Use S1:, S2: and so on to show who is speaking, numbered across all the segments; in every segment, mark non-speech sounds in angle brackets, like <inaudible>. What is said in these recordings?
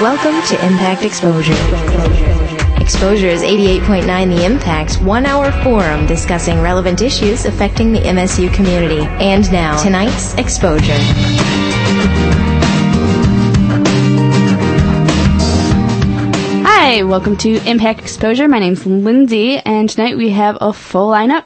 S1: Welcome to Impact Exposure. Exposure is 88.9 The Impact's one hour forum discussing relevant issues affecting the MSU community. And now, tonight's Exposure.
S2: Hi, welcome to Impact Exposure. My name's Lindsay, and tonight we have a full lineup.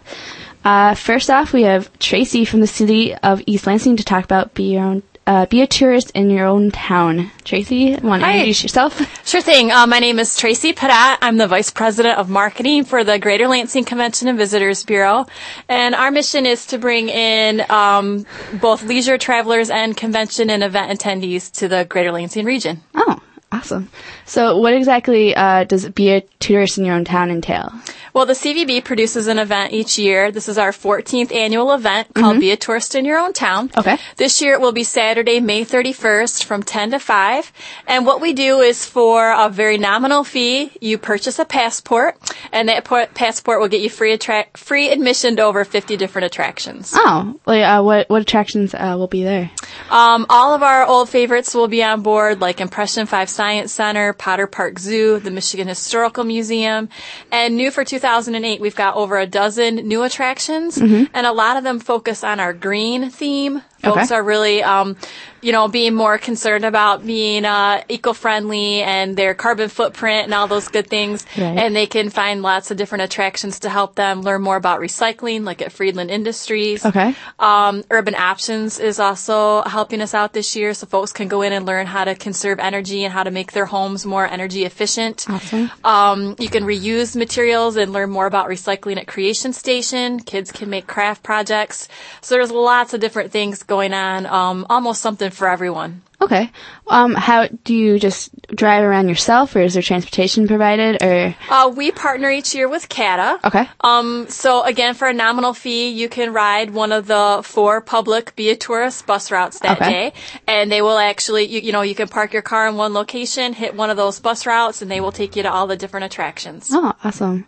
S2: Uh, first off, we have Tracy from the city of East Lansing to talk about be your own, uh, be a tourist in your own town. Tracy, want to
S3: Hi.
S2: introduce yourself?
S3: Sure thing. Uh, my name is Tracy Padat. I'm the Vice President of Marketing for the Greater Lansing Convention and Visitors Bureau. And our mission is to bring in um, both leisure travelers and convention and event attendees to the Greater Lansing region.
S2: <laughs> Oh, awesome. So, what exactly uh, does be a tourist in your own town entail?
S3: Well, the CVB produces an event each year. This is our 14th annual event called Be a Tourist in Your Own Town.
S2: Okay.
S3: This year it will be Saturday, May 31st from 10 to 5. And what we do is for a very nominal fee, you purchase a passport, and that po- passport will get you free, attra- free admission to over 50 different attractions.
S2: Oh, like, uh, what what attractions uh, will be there?
S3: Um, all of our old favorites will be on board, like Impression 5 Science Center, Potter Park Zoo, the Michigan Historical Museum. And new for 2008, we've got over a dozen new attractions, and a lot of them focus on our green theme. Folks
S2: Mm-hmm. Okay.
S3: are really, um, you know, being more concerned about being uh, eco-friendly and their carbon footprint and all those good things.
S2: Right.
S3: And they can find lots of different attractions to help them learn more about recycling, like at Friedland Industries.
S2: Okay.
S3: Um, Urban Options is also helping us out this year, so folks can go in and learn how to conserve energy and how to make their homes more energy efficient.
S2: Awesome.
S3: Um, you can reuse materials and learn more about recycling at Creation Station. Kids can make craft projects. So there's lots of different things going on. Um, almost something for everyone.
S2: Okay. Um, how do you just drive around yourself, or is there transportation provided? Or
S3: Uh, we partner each year with CATA.
S2: okay.
S3: Um, so again, for a nominal fee, you can ride one of the four public Be a Tourist bus routes that
S2: Okay.
S3: day. And they will actually, you, you know, you can park your car in one location, hit one of those bus routes, and they will take you to all the different attractions.
S2: Oh, awesome.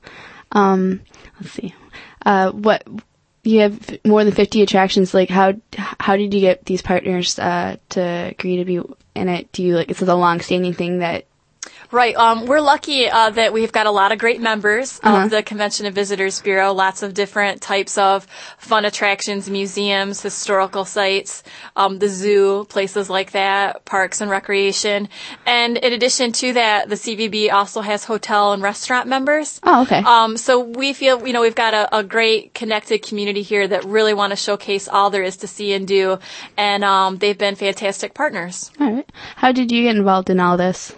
S2: Um, let's see. Uh, what you have more than fifty attractions. Like, how how did you get these partners uh, to agree to be in it? Do you like? Is it a long-standing thing that?
S3: Right. Um, we're lucky uh, that we've got a lot of great members of the Convention and Visitors Bureau. Lots of different types of fun attractions, museums, historical sites, um, the zoo, places like that, parks and recreation. And in addition to that, the CVB also has hotel and restaurant members.
S2: Oh, okay.
S3: Um, so we feel, you know, we've got a, a great connected community here that really want to showcase all there is to see and do. And um, they've been fantastic partners.
S2: all right. How did you get involved in all this?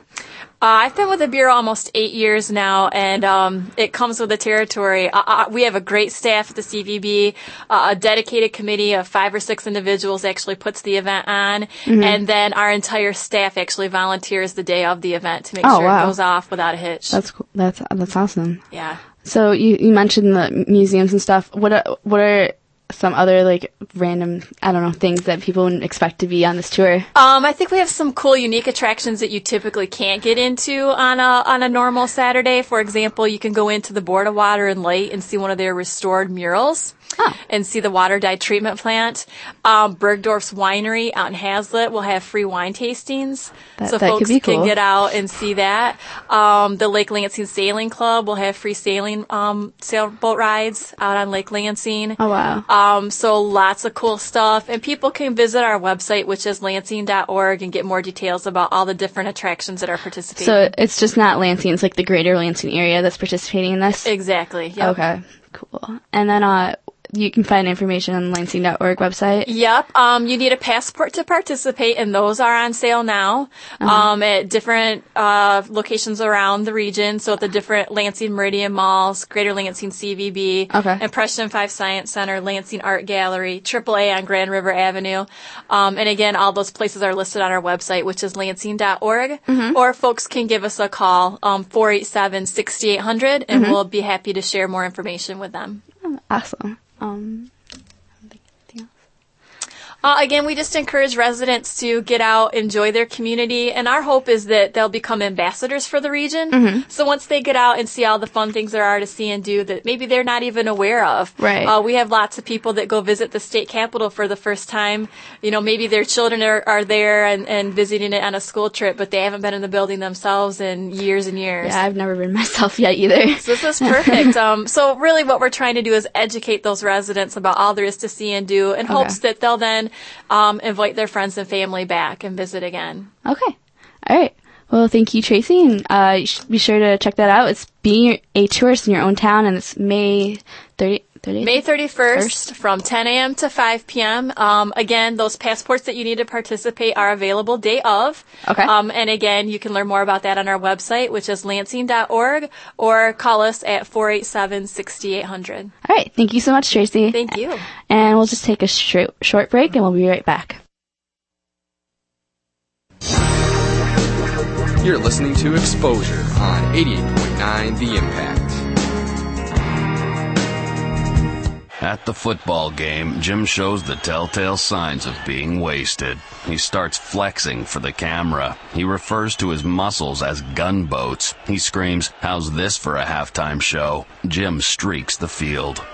S3: Uh, I've been with the Bureau almost eight years now, and um, it comes with the territory. Uh, Uh, we have a great staff at the CVB. Uh, a dedicated committee of five or six individuals actually puts the event on,
S2: Mm-hmm.
S3: and then our entire staff actually volunteers the day of the event to make
S2: Oh,
S3: sure
S2: wow.
S3: it goes off without a hitch.
S2: That's cool. That's that's awesome.
S3: yeah.
S2: So you, you mentioned the museums and stuff. What are, what are some other like random I don't know things that people wouldn't expect to be on this tour?
S3: Um, I think we have some cool, unique attractions that you typically can't get into on a on a normal Saturday. For example, you can go into the Board of Water and Light and see one of their restored murals, and see the water dye treatment plant. Um, Bergdorf's Winery out in Hazlitt will have free wine tastings,
S2: That-
S3: so
S2: that could
S3: folks
S2: be
S3: can
S2: cool.
S3: get out and see that. Um, the Lake Lansing Sailing Club will have free sailing um, sailboat rides out on Lake Lansing.
S2: Oh wow.
S3: Um, so lots of cool stuff. And people can visit our website, which is lansing.org, and get more details about all the different attractions that are participating.
S2: So it's just not Lansing, it's like the greater Lansing area that's participating in this?
S3: exactly. Yep.
S2: Okay, cool. And then uh, you can find information on the lansing.org website.
S3: Yep. Um, you need a passport to participate, and those are on sale now um, at different uh, locations around the region. So at the different Lansing Meridian malls, Greater Lansing CVB,
S2: Okay.
S3: Impression Five Science Center, Lansing Art Gallery, AAA on Grand River Avenue, um, and again, all those places are listed on our website, which is lansing.org. Or folks can give us a call um, 487-6800, and we'll be happy to share more information with them.
S2: Awesome. Um, anything else?
S3: Uh, again, we just encourage residents to get out, enjoy their community, and our hope is that they'll become ambassadors for the region.
S2: Mm-hmm.
S3: So once they get out and see all the fun things there are to see and do that maybe they're not even aware of.
S2: Right.
S3: Uh, we have lots of people that go visit the state capitol for the first time. You know, maybe their children are, are there and, and visiting it on a school trip, but they haven't been in the building themselves in years and years.
S2: Yeah, I've never been <laughs> myself yet either.
S3: So this is perfect. um, so really what we're trying to do is educate those residents about all there is to see and do in hopes that they'll then um, invite their friends and family back and visit again.
S2: Okay. All right. Well, thank you, Tracy, and uh, you should be sure to check that out. It's being a tourist in your own town, and it's May 30, 30th?
S3: May 31st from 10 a.m. to 5 p.m. Um, again, those passports that you need to participate are available day of.
S2: Okay.
S3: Um, and again, you can learn more about that on our website, which is lansing.org, or call us at 487 6800.
S2: All right. Thank you so much, Tracy.
S3: Thank you.
S2: And we'll just take a short, short break, and we'll be right back.
S4: You're listening to Exposure on 88.9 The Impact.
S5: At the football game, Jim shows the telltale signs of being wasted. He starts flexing for the camera. He refers to his muscles as gunboats. He screams, How's this for a halftime show? Jim streaks the field.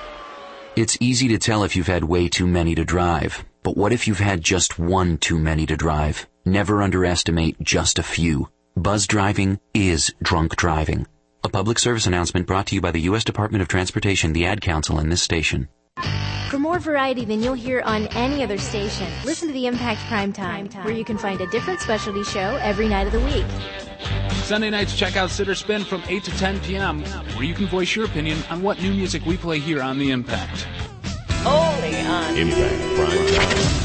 S6: It's easy to tell if you've had way too many to drive. But what if you've had just one too many to drive? Never underestimate just a few. Buzz driving is drunk driving. A public service announcement brought to you by the U.S. Department of Transportation, the Ad Council, and this station.
S1: For more variety than you'll hear on any other station, listen to the Impact Primetime, Time, where you can find a different specialty show every night of the week.
S7: Sunday nights, check out Sitter Spin from 8 to 10 p.m., where you can voice your opinion on what new music we play here on The Impact.
S8: Impact Prime Time.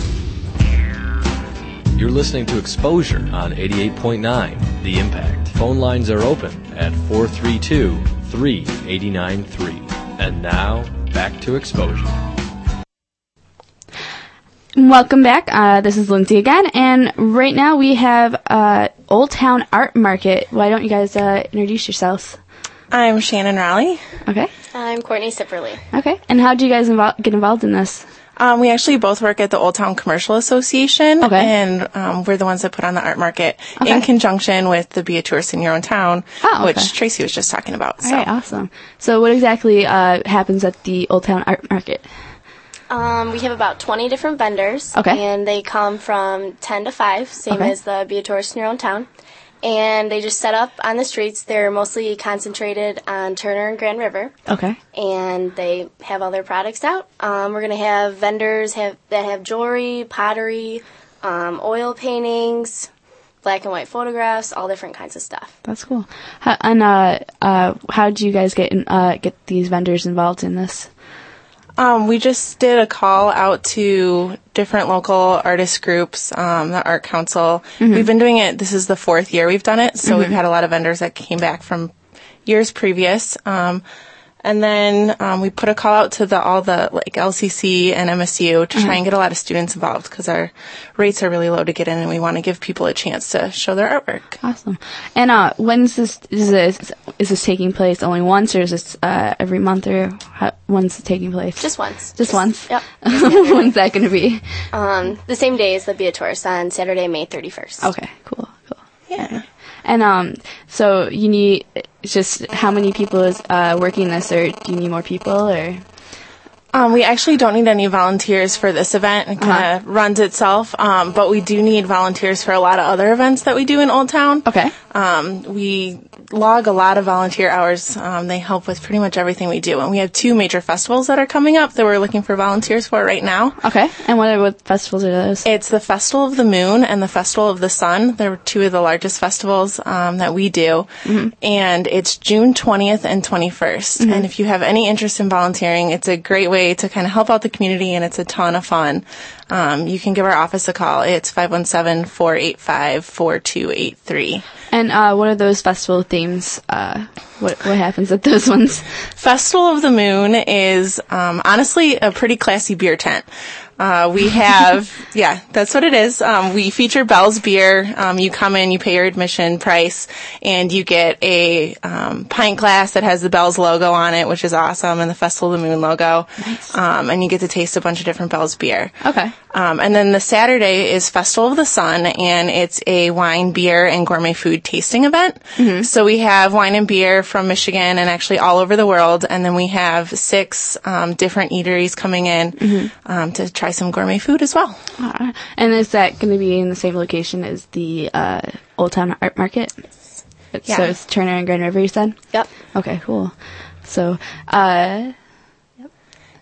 S8: You're listening to Exposure on 88.9 The Impact. Phone lines are open at 432 3893. And now, back to Exposure.
S2: Welcome back. Uh, this is Lindsay again, and right now we have uh, Old Town Art Market. Why don't you guys uh, introduce yourselves?
S9: I'm Shannon Raleigh.
S2: Okay.
S10: I'm Courtney Sipperly.
S2: Okay. And how do you guys invol- get involved in this?
S9: Um, we actually both work at the Old Town Commercial Association,
S2: Okay.
S9: and um, we're the ones that put on the art market
S2: Okay.
S9: in conjunction with the Be a Tourist in Your Own Town,
S2: Oh, okay.
S9: which Tracy was just talking about.
S2: All
S9: so.
S2: right. Awesome. So, what exactly uh, happens at the Old Town Art Market?
S10: Um, we have about 20 different vendors.
S2: Okay.
S10: And they come from 10 to 5, same
S2: Okay.
S10: as the Be a Tourist in Your Own Town. And they just set up on the streets. They're mostly concentrated on Turner and Grand River.
S2: Okay.
S10: And they have all their products out. Um, we're going to have vendors have, that have jewelry, pottery, um, oil paintings, black and white photographs, all different kinds of stuff.
S2: That's cool. How, and uh, uh, how do you guys get in, uh, get these vendors involved in this?
S9: Um, we just did a call out to different local artist groups, um, the Art Council. We've been doing it, this is the fourth year we've done it, so we've had a lot of vendors that came back from years previous. Um, and then um, we put a call out to the, all the like LCC and MSU to try and get a lot of students involved because our rates are really low to get in, and we want to give people a chance to show their artwork.
S2: Awesome. And uh, when's this? Is this is this taking place only once, or is this uh, every month, or how, when's it taking place?
S10: Just once.
S2: Just once.
S10: Yep.
S2: <laughs> When's that going to be?
S10: Um, the same day as the Be a Tourist on Saturday, May 31st.
S2: Okay, cool, cool.
S9: Yeah.
S2: And um, so you need it's just how many people is uh, working this, or do you need more people, or
S9: Um, we actually don't need any volunteers for this event. It kind of runs itself, um, but we do need volunteers for a lot of other events that we do in Old Town.
S2: okay,
S9: Um, we log a lot of volunteer hours. Um, they help with pretty much everything we do, and we have two major festivals that are coming up that we're looking for volunteers for right now.
S2: okay. And what are what festivals are those?
S9: It's the Festival of the Moon and the Festival of the Sun. They're two of the largest festivals um, that we do, and it's June 20th and 21st. And if you have any interest in volunteering, it's a great way to kind of help out the community, and it's a ton of fun. Um, you can give our office a call. It's 517-485-4283.
S2: and uh, what are those festival themes? Uh, What what happens at those <laughs> ones?
S9: Festival of the Moon is um, honestly a pretty classy beer tent. Uh, we have, yeah, that's what it is. Um, we feature Bell's Beer. Um, you come in, you pay your admission price, and you get a um, pint glass that has the Bell's logo on it, which is awesome, and the Festival of the Moon logo. Um, and you get to taste a bunch of different Bell's beer.
S2: Okay.
S9: Um, and then the Saturday is Festival of the Sun, and it's a wine, beer, and gourmet food tasting event. So we have wine and beer from Michigan and actually all over the world, and then we have six um, different eateries coming in um, to try some gourmet food as well.
S2: Alright. Uh, And is that going to be in the same location as the uh, Old Town Art Market? It's- So
S9: Yeah.
S2: it's Turner and Grand River, you said?
S10: Yep.
S2: Okay, cool. So, uh,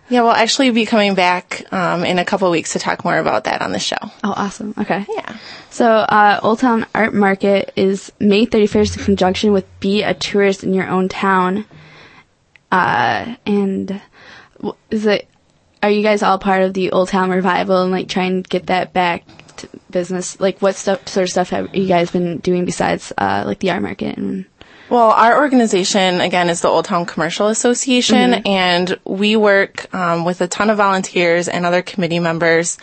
S9: Yeah, we'll actually be coming back um, in a couple weeks to talk more about that on the show.
S2: oh, awesome. Okay.
S9: Yeah.
S2: So, uh, Old Town Art Market is May 31st in conjunction with Be a Tourist in Your Own Town. Uh, and w- is it, are you guys all part of the Old Town Revival and like trying to get that back to business? Like, what stuff, sort of stuff have you guys been doing besides, uh, like the art market and
S9: Well, our organization, again, is the Old Town Commercial Association, and we work um, with a ton of volunteers and other committee members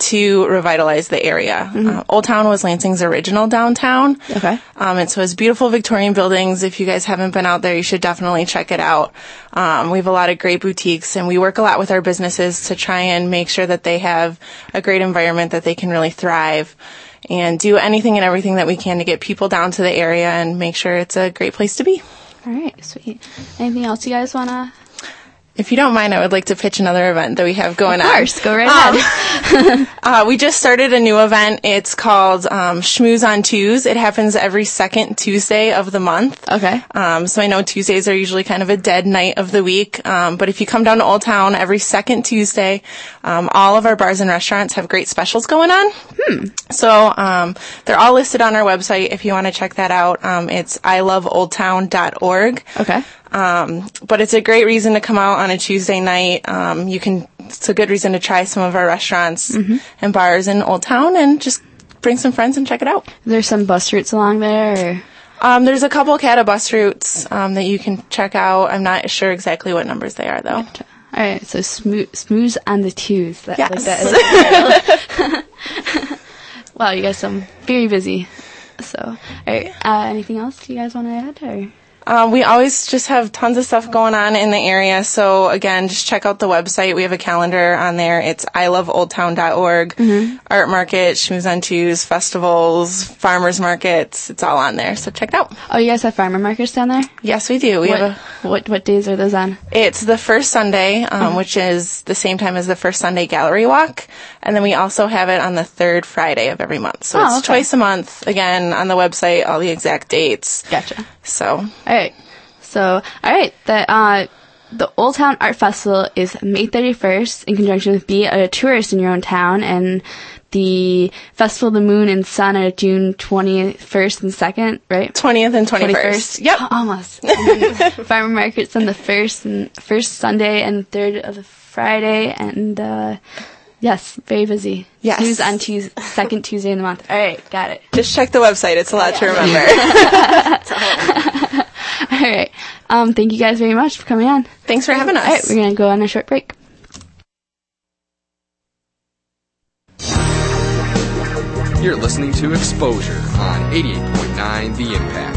S9: to revitalize the area. Uh, Old Town was Lansing's original downtown.
S2: Okay.
S9: Um, and so it's beautiful Victorian buildings. If you guys haven't been out there, you should definitely check it out. Um, we have a lot of great boutiques, and we work a lot with our businesses to try and make sure that they have a great environment that they can really thrive and do anything and everything that we can to get people down to the area and make sure it's a great place to be.
S2: All right, sweet. Anything else you guys want to?
S9: If you don't mind, I would like to pitch another event that we have going
S2: Of
S9: on.
S2: course, go right
S9: Um,
S2: ahead.
S9: <laughs>
S2: <laughs>
S9: Uh, we just started a new event. It's called um, Schmooze on Twos. It happens every second Tuesday of the month.
S2: Okay.
S9: Um, so I know Tuesdays are usually kind of a dead night of the week, um, but if you come down to Old Town every second Tuesday, um, all of our bars and restaurants have great specials going on. So um, they're all listed on our website if you want to check that out. Um, it's iloveoldtown.org.
S2: Okay.
S9: Um, but it's a great reason to come out on a Tuesday night. Um, you can, it's a good reason to try some of our restaurants and bars in Old Town and just bring some friends and check it out.
S2: There's some bus routes along there. Or...
S9: Um, there's a couple Cata bus routes um, that you can check out. I'm not sure exactly what numbers they are though.
S2: All right, so smooth, smooth on the twos. That, like
S9: Yes.
S2: that is- <laughs> wow, you guys sound very busy. So, all right, uh, anything else you guys want to add? Or
S9: Um, we always just have tons of stuff going on in the area. So again, just check out the website. We have a calendar on there. It's iloveoldtown.org, art market, schmooze on twos, festivals, farmers markets. It's all on there. So check it out.
S2: oh, you guys have farmer markets down there.
S9: Yes, we do. We
S2: what,
S9: have a,
S2: what what days are those on?
S9: it's the first Sunday, um,
S11: Mm-hmm.
S9: which is the same time as the first Sunday gallery walk. And then we also have it on the third Friday of every month. So
S2: Oh,
S9: it's
S2: okay.
S9: twice a month. Again, on the website, all the exact dates.
S2: Gotcha.
S9: So
S2: All right. So, all right. The uh, the Old Town Art Festival is May 31st in conjunction with Be a Tourist in Your Own Town, and the Festival of the Moon and Sun are June 21st and 2nd, right? Oh,
S9: 20th and 21st. Yep.
S11: Uh-huh.
S2: Almost. And then Farmer markets on the first and first Sunday and third of the Friday, and uh, yes, very busy.
S9: Yes.
S2: News on Tuesday, second Tuesday in the month. All right, got it.
S9: Just check the website. It's a lot to remember.
S11: <laughs>
S9: <laughs>
S2: All right. Um, thank you guys very much for coming on.
S9: Thanks for having us.
S2: All right, we're gonna go on a short break.
S4: You're listening to Exposure on 88.9 The Impact.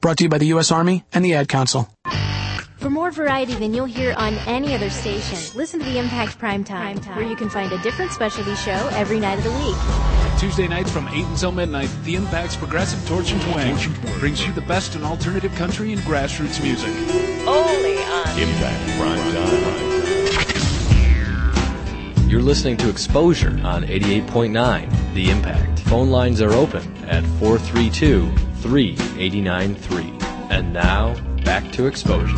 S12: Brought to you by the U.S. Army and the Ad Council.
S1: For more variety than you'll hear on any other station, listen to the Impact Primetime, Primetime. where you can find a different specialty show every night of the week.
S7: Tuesday nights from 8 until midnight, The Impact's progressive torch and twang brings you the best in alternative country and grassroots music.
S8: Impact Prime Time. You're listening to Exposure on 88.9 The Impact. Phone lines are open at 432 3893. And now, back to exposure.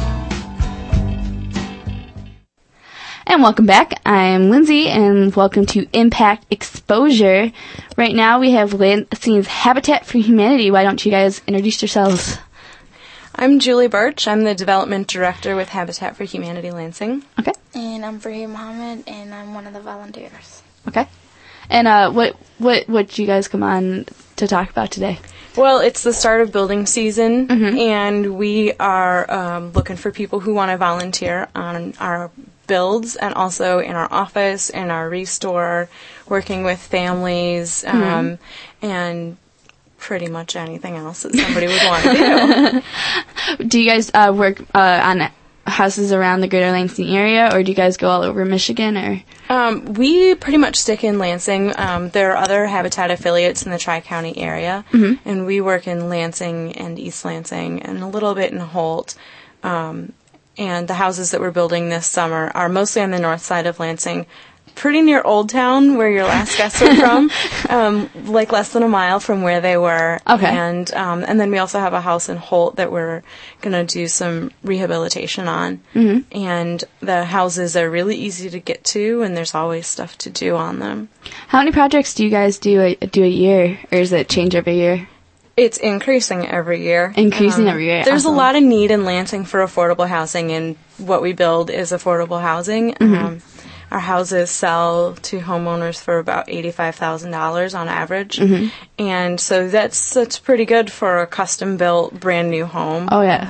S2: And welcome back. I'm Lindsay, and welcome to Impact Exposure. Right now, we have Lansing's Habitat for Humanity. Why don't you guys introduce yourselves?
S13: I'm Julie Birch. I'm the development director with Habitat for Humanity Lansing.
S2: Okay.
S14: And I'm Brahim Mohammed, and I'm one of the volunteers.
S2: Okay. And uh, what what what you guys come on to talk about today?
S13: Well, it's the start of building season, and we are um, looking for people who want to volunteer on our builds and also in our office, in our restore, working with families, um,
S2: Mhm.
S13: and pretty much anything else that somebody would want to do.
S2: Do you guys uh, work uh, on houses around the Greater Lansing area, or do you guys go all over Michigan? Or
S13: Um, we pretty much stick in Lansing. Um, there are other Habitat affiliates in the Tri County area,
S2: Mhm.
S13: and we work in Lansing and East Lansing and a little bit in Holt. Um, and the houses that we're building this summer are mostly on the north side of Lansing, pretty near Old Town, where your last guests were from, um, like less than a mile from where they were.
S2: Okay.
S13: And um, and then we also have a house in Holt that we're gonna do some rehabilitation on
S2: Mhm.
S13: and the houses are really easy to get to and there's always stuff to do on them
S2: how many projects do you guys do a, do a year, or is it change every year?
S13: it's increasing every year Um,
S2: Increasing every year,
S13: there's
S2: awesome.
S13: a lot of need in lansing for affordable housing and what we build is affordable housing
S2: Mhm.
S13: um, our houses sell to homeowners for about $85000 on average
S2: Mhm.
S13: and so that's that's pretty good for a custom built brand new home
S2: Oh yeah.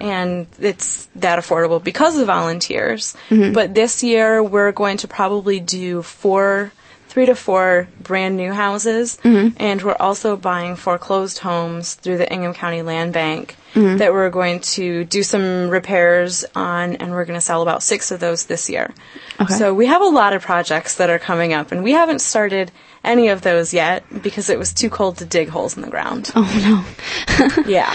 S13: and it's that affordable because of volunteers.
S2: Mhm.
S13: But this year we're going to probably do four, three to four brand new houses,
S2: Mhm.
S13: and we're also buying foreclosed homes through the Ingham County Land Bank
S2: Mhm.
S13: that we're going to do some repairs on, and we're going to sell about six of those this year.
S2: Okay.
S13: So we have a lot of projects that are coming up, and we haven't started any of those yet because it was too cold to dig holes in the ground.
S2: Oh
S13: no.
S2: <laughs>
S13: yeah.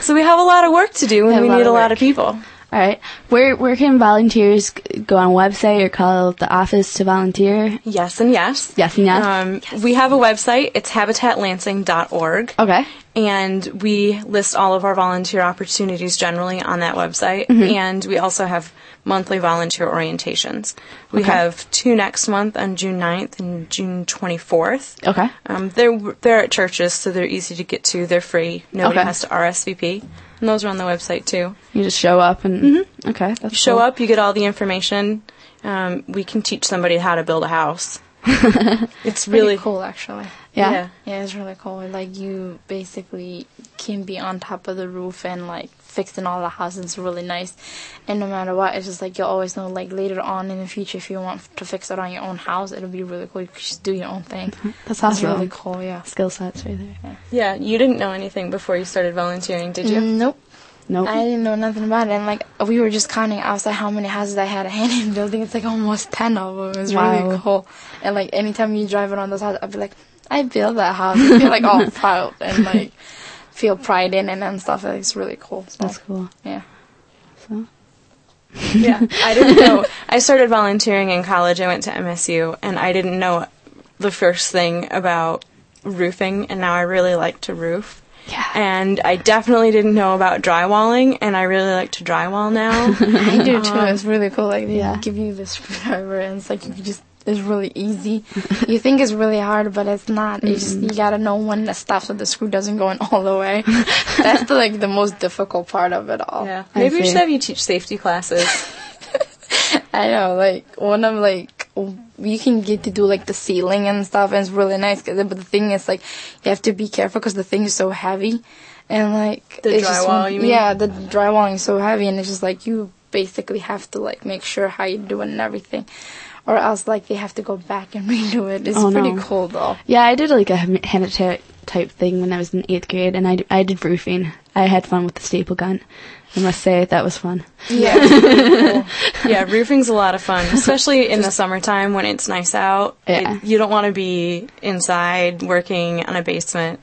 S13: So we have a lot of work to do, and
S2: Have a
S13: we
S2: lot
S13: need a
S2: of
S13: lot
S2: work.
S13: of people.
S2: All right. Where where can volunteers g- go on website or call the office to volunteer?
S13: Yes and yes.
S2: Yes and yes.
S13: Um, We have a website. It's habitatlansing.org.
S2: Okay.
S13: And we list all of our volunteer opportunities generally on that website.
S2: Mhm.
S13: And we also have monthly volunteer orientations. We
S2: Okay.
S13: have two next month on June 9th and June 24th.
S2: okay.
S13: Um, they're, they're at churches, so they're easy to get to. They're free. Nobody
S2: Okay.
S13: has to RSVP. And those are on the website too.
S2: You just show up and okay. That's
S13: You show
S2: cool.
S13: up, you get all the information. Um, we can teach somebody how to build a house. it's
S14: Pretty
S13: really
S14: cool, actually.
S13: Yeah? Yeah.
S14: yeah, it's really cool. Like you basically can be on top of the roof and like fixing all the houses It's really nice. And no matter what, it's just like you'll always know. Like later on in the future, if you want to fix it on your own house, it'll be really cool. You can just do your own thing.
S2: That's
S14: It's
S2: awesome.
S14: really cool. Yeah.
S2: Skill sets right there.
S13: Yeah, you didn't know anything before you started volunteering, did you?
S14: Mm, Nope.
S2: Nope.
S14: I didn't know nothing about it. And like we were just counting outside how many houses I had <laughs> a hand in building. It's like almost ten of them. It was
S2: Wow.
S14: really cool. And like anytime you drive around those houses, I'd be like, I built that house. <laughs> I feel like all proud
S2: <laughs>
S14: and like feel pride in it and stuff. Like, it's really cool. So,
S2: That's cool.
S14: Yeah.
S2: So
S14: <laughs>
S13: Yeah, I didn't know. I started volunteering in college. I went to MSU, and I didn't know the first thing about roofing, and now I really like to roof. Yeah. And I definitely didn't know about drywalling, and I really like to drywall now.
S14: <laughs> I do too.
S13: Um,
S14: it's really cool. Like they give you <laughs> the screwdriver and it's like you just it's really easy. you think it's really hard, but it's not. You just
S13: Mm-hmm.
S14: you gotta know when to stop so the screw doesn't go in all the way.
S13: <laughs>
S14: That's the, like the most difficult part of it all. Yeah.
S13: Maybe we should have you teach safety classes.
S14: <laughs>
S13: <laughs>
S14: I know, like when I'm like, w- you can get to do like the ceiling and stuff, and it's really nice. 'cause- but the thing is, like, you have to be careful because the thing is so heavy, and like
S13: The
S14: it's just-
S13: drywall, you mean?
S14: Yeah, the drywall is so heavy, and it's just like you basically have to like make sure how you do it and everything, or else like they have to go back and <laughs> redo it. It's
S2: Oh,
S14: pretty
S2: no.
S14: cool though.
S2: Yeah, I did like a hem- habitat type thing when I was in eighth grade, and I, d- I did roofing. I had fun with the staple gun. I must say that was fun.
S13: Yeah, it's really
S2: <laughs>
S13: cool. yeah, roofing's a lot of fun, especially in the summertime when it's nice out.
S2: Yeah.
S13: It- you don't want to be inside working on a basement.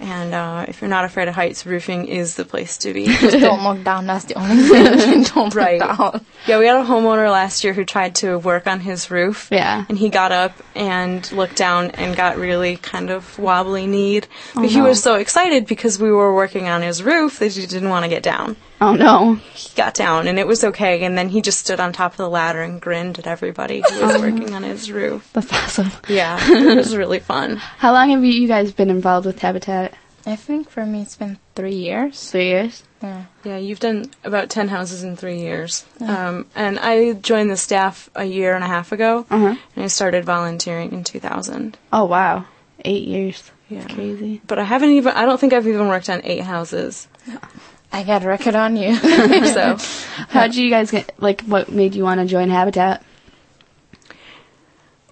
S13: And uh, if you're not afraid of heights, roofing is the place to
S2: <laughs>
S13: be.
S14: Just don't look down. That's the only thing. don't look
S13: Right.
S14: down.
S13: Yeah, we had a homeowner last year who tried to work on his roof. Yeah. And he got up and looked down and got really kind of wobbly kneed.
S2: Oh,
S13: but he
S2: no.
S13: was so excited because we were working on his roof that he didn't want to get down.
S2: Oh no.
S13: He got down and it was okay. And then he just stood on top of the ladder and grinned at everybody who was
S2: Oh.
S13: working on his roof.
S2: That's awesome.
S13: <laughs> Yeah, it was really fun.
S2: How long have you, you guys been involved with Habitat?
S14: I think for me it's been three years.
S2: Three years.
S14: Yeah.
S13: Yeah, you've done about 10 houses in three years.
S14: Yeah.
S13: Um, and I joined the staff a year and a half ago,
S2: Uh-huh.
S13: and I started volunteering in 2000.
S2: Oh wow, eight years.
S13: Yeah.
S2: Crazy.
S13: But I haven't even, I don't think I've even worked on eight <laughs> houses.
S14: I got a record
S2: <laughs>
S14: on you.
S13: so,
S2: How did you guys get? Like, what made you want to join Habitat?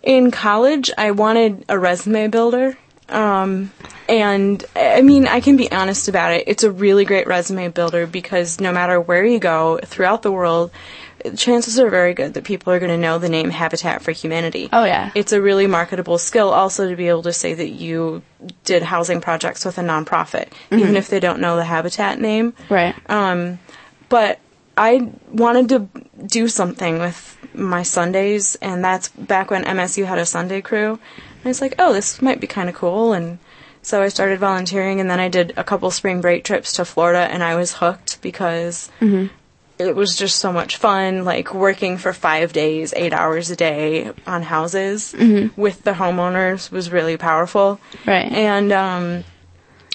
S13: in college, I wanted a resume builder. Um, and I mean, I can be honest about it. It's a really great resume builder because no matter where you go throughout the world, chances are very good that people are going to know the name Habitat for Humanity.
S2: Oh, yeah.
S13: It's a really marketable skill also to be able to say that you did housing projects with a nonprofit, even
S2: Mhm.
S13: if they don't know the Habitat name.
S2: Right.
S13: Um, but I wanted to do something with my Sundays, and that's back when MSU had a Sunday crew. And I was like, oh, this might be kind of cool. And so I started volunteering, and then I did a couple spring break trips to Florida, and I was hooked because
S2: Mm-hmm.
S13: it was just so much fun, like working for five days, eight hours a day on houses
S2: Mhm.
S13: with the homeowners was really powerful.
S2: Right.
S13: And um,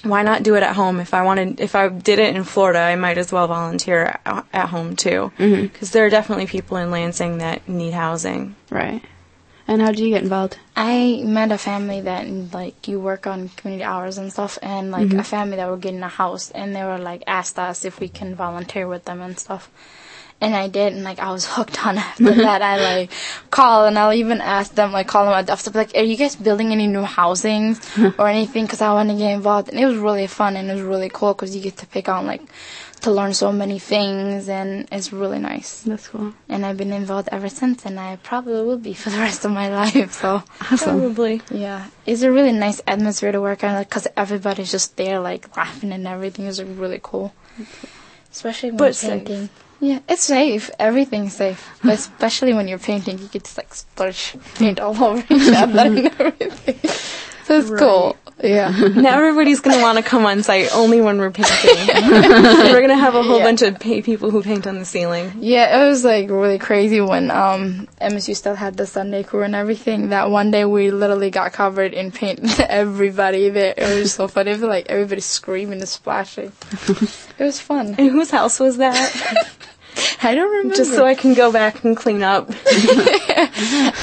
S13: why not do it at home? If I wanted, if I did it in Florida, I might as well volunteer at, at home too,
S2: Mhm.
S13: because there are definitely people in Lansing that need housing.
S2: Right. And how did you get involved?
S14: I met a family that like you work on community hours and stuff, and like
S2: Mhm.
S14: a family that were getting a house, and they were like asked us if we can volunteer with them and stuff. And I did, and like I was <laughs> hooked on it. After that, I like call and I'll even ask them, like call them at the office, be like, "Are you guys building any new housings or anything?" Because I want to get involved. And it was really fun and it was really cool because you get to pick on like to learn so many things, and it's really nice.
S2: That's cool.
S14: And I've been involved ever since, and I probably will be <laughs> for the rest of my life. So
S2: Awesome.
S13: Probably.
S14: yeah, it's a really nice atmosphere to work on like 'cause everybody's just there, like laughing and everything. It's like, really cool, especially when
S13: But
S14: you're
S13: safe.
S14: painting. Yeah, it's safe.
S2: <laughs>
S14: Everything's safe, but especially when you're painting, you could just like splash paint all <laughs> over
S2: <laughs>
S14: each other and everything. So it's cool. Yeah.
S13: now everybody's going to want to come on site only when we're
S11: <laughs>
S13: painting. we're going to have a whole
S14: Yeah.
S13: bunch of pa people who paint on the ceiling.
S14: Yeah, it was like really crazy when um MSU still had the Sunday crew and everything. That one day we literally got covered in paint. <laughs> Everybody there, it was so funny. It was like everybody screaming and splashing. It was fun.
S13: And whose house was that?
S14: <laughs> I don't remember.
S13: Just so I can go back and clean up.
S14: <laughs>
S13: <laughs>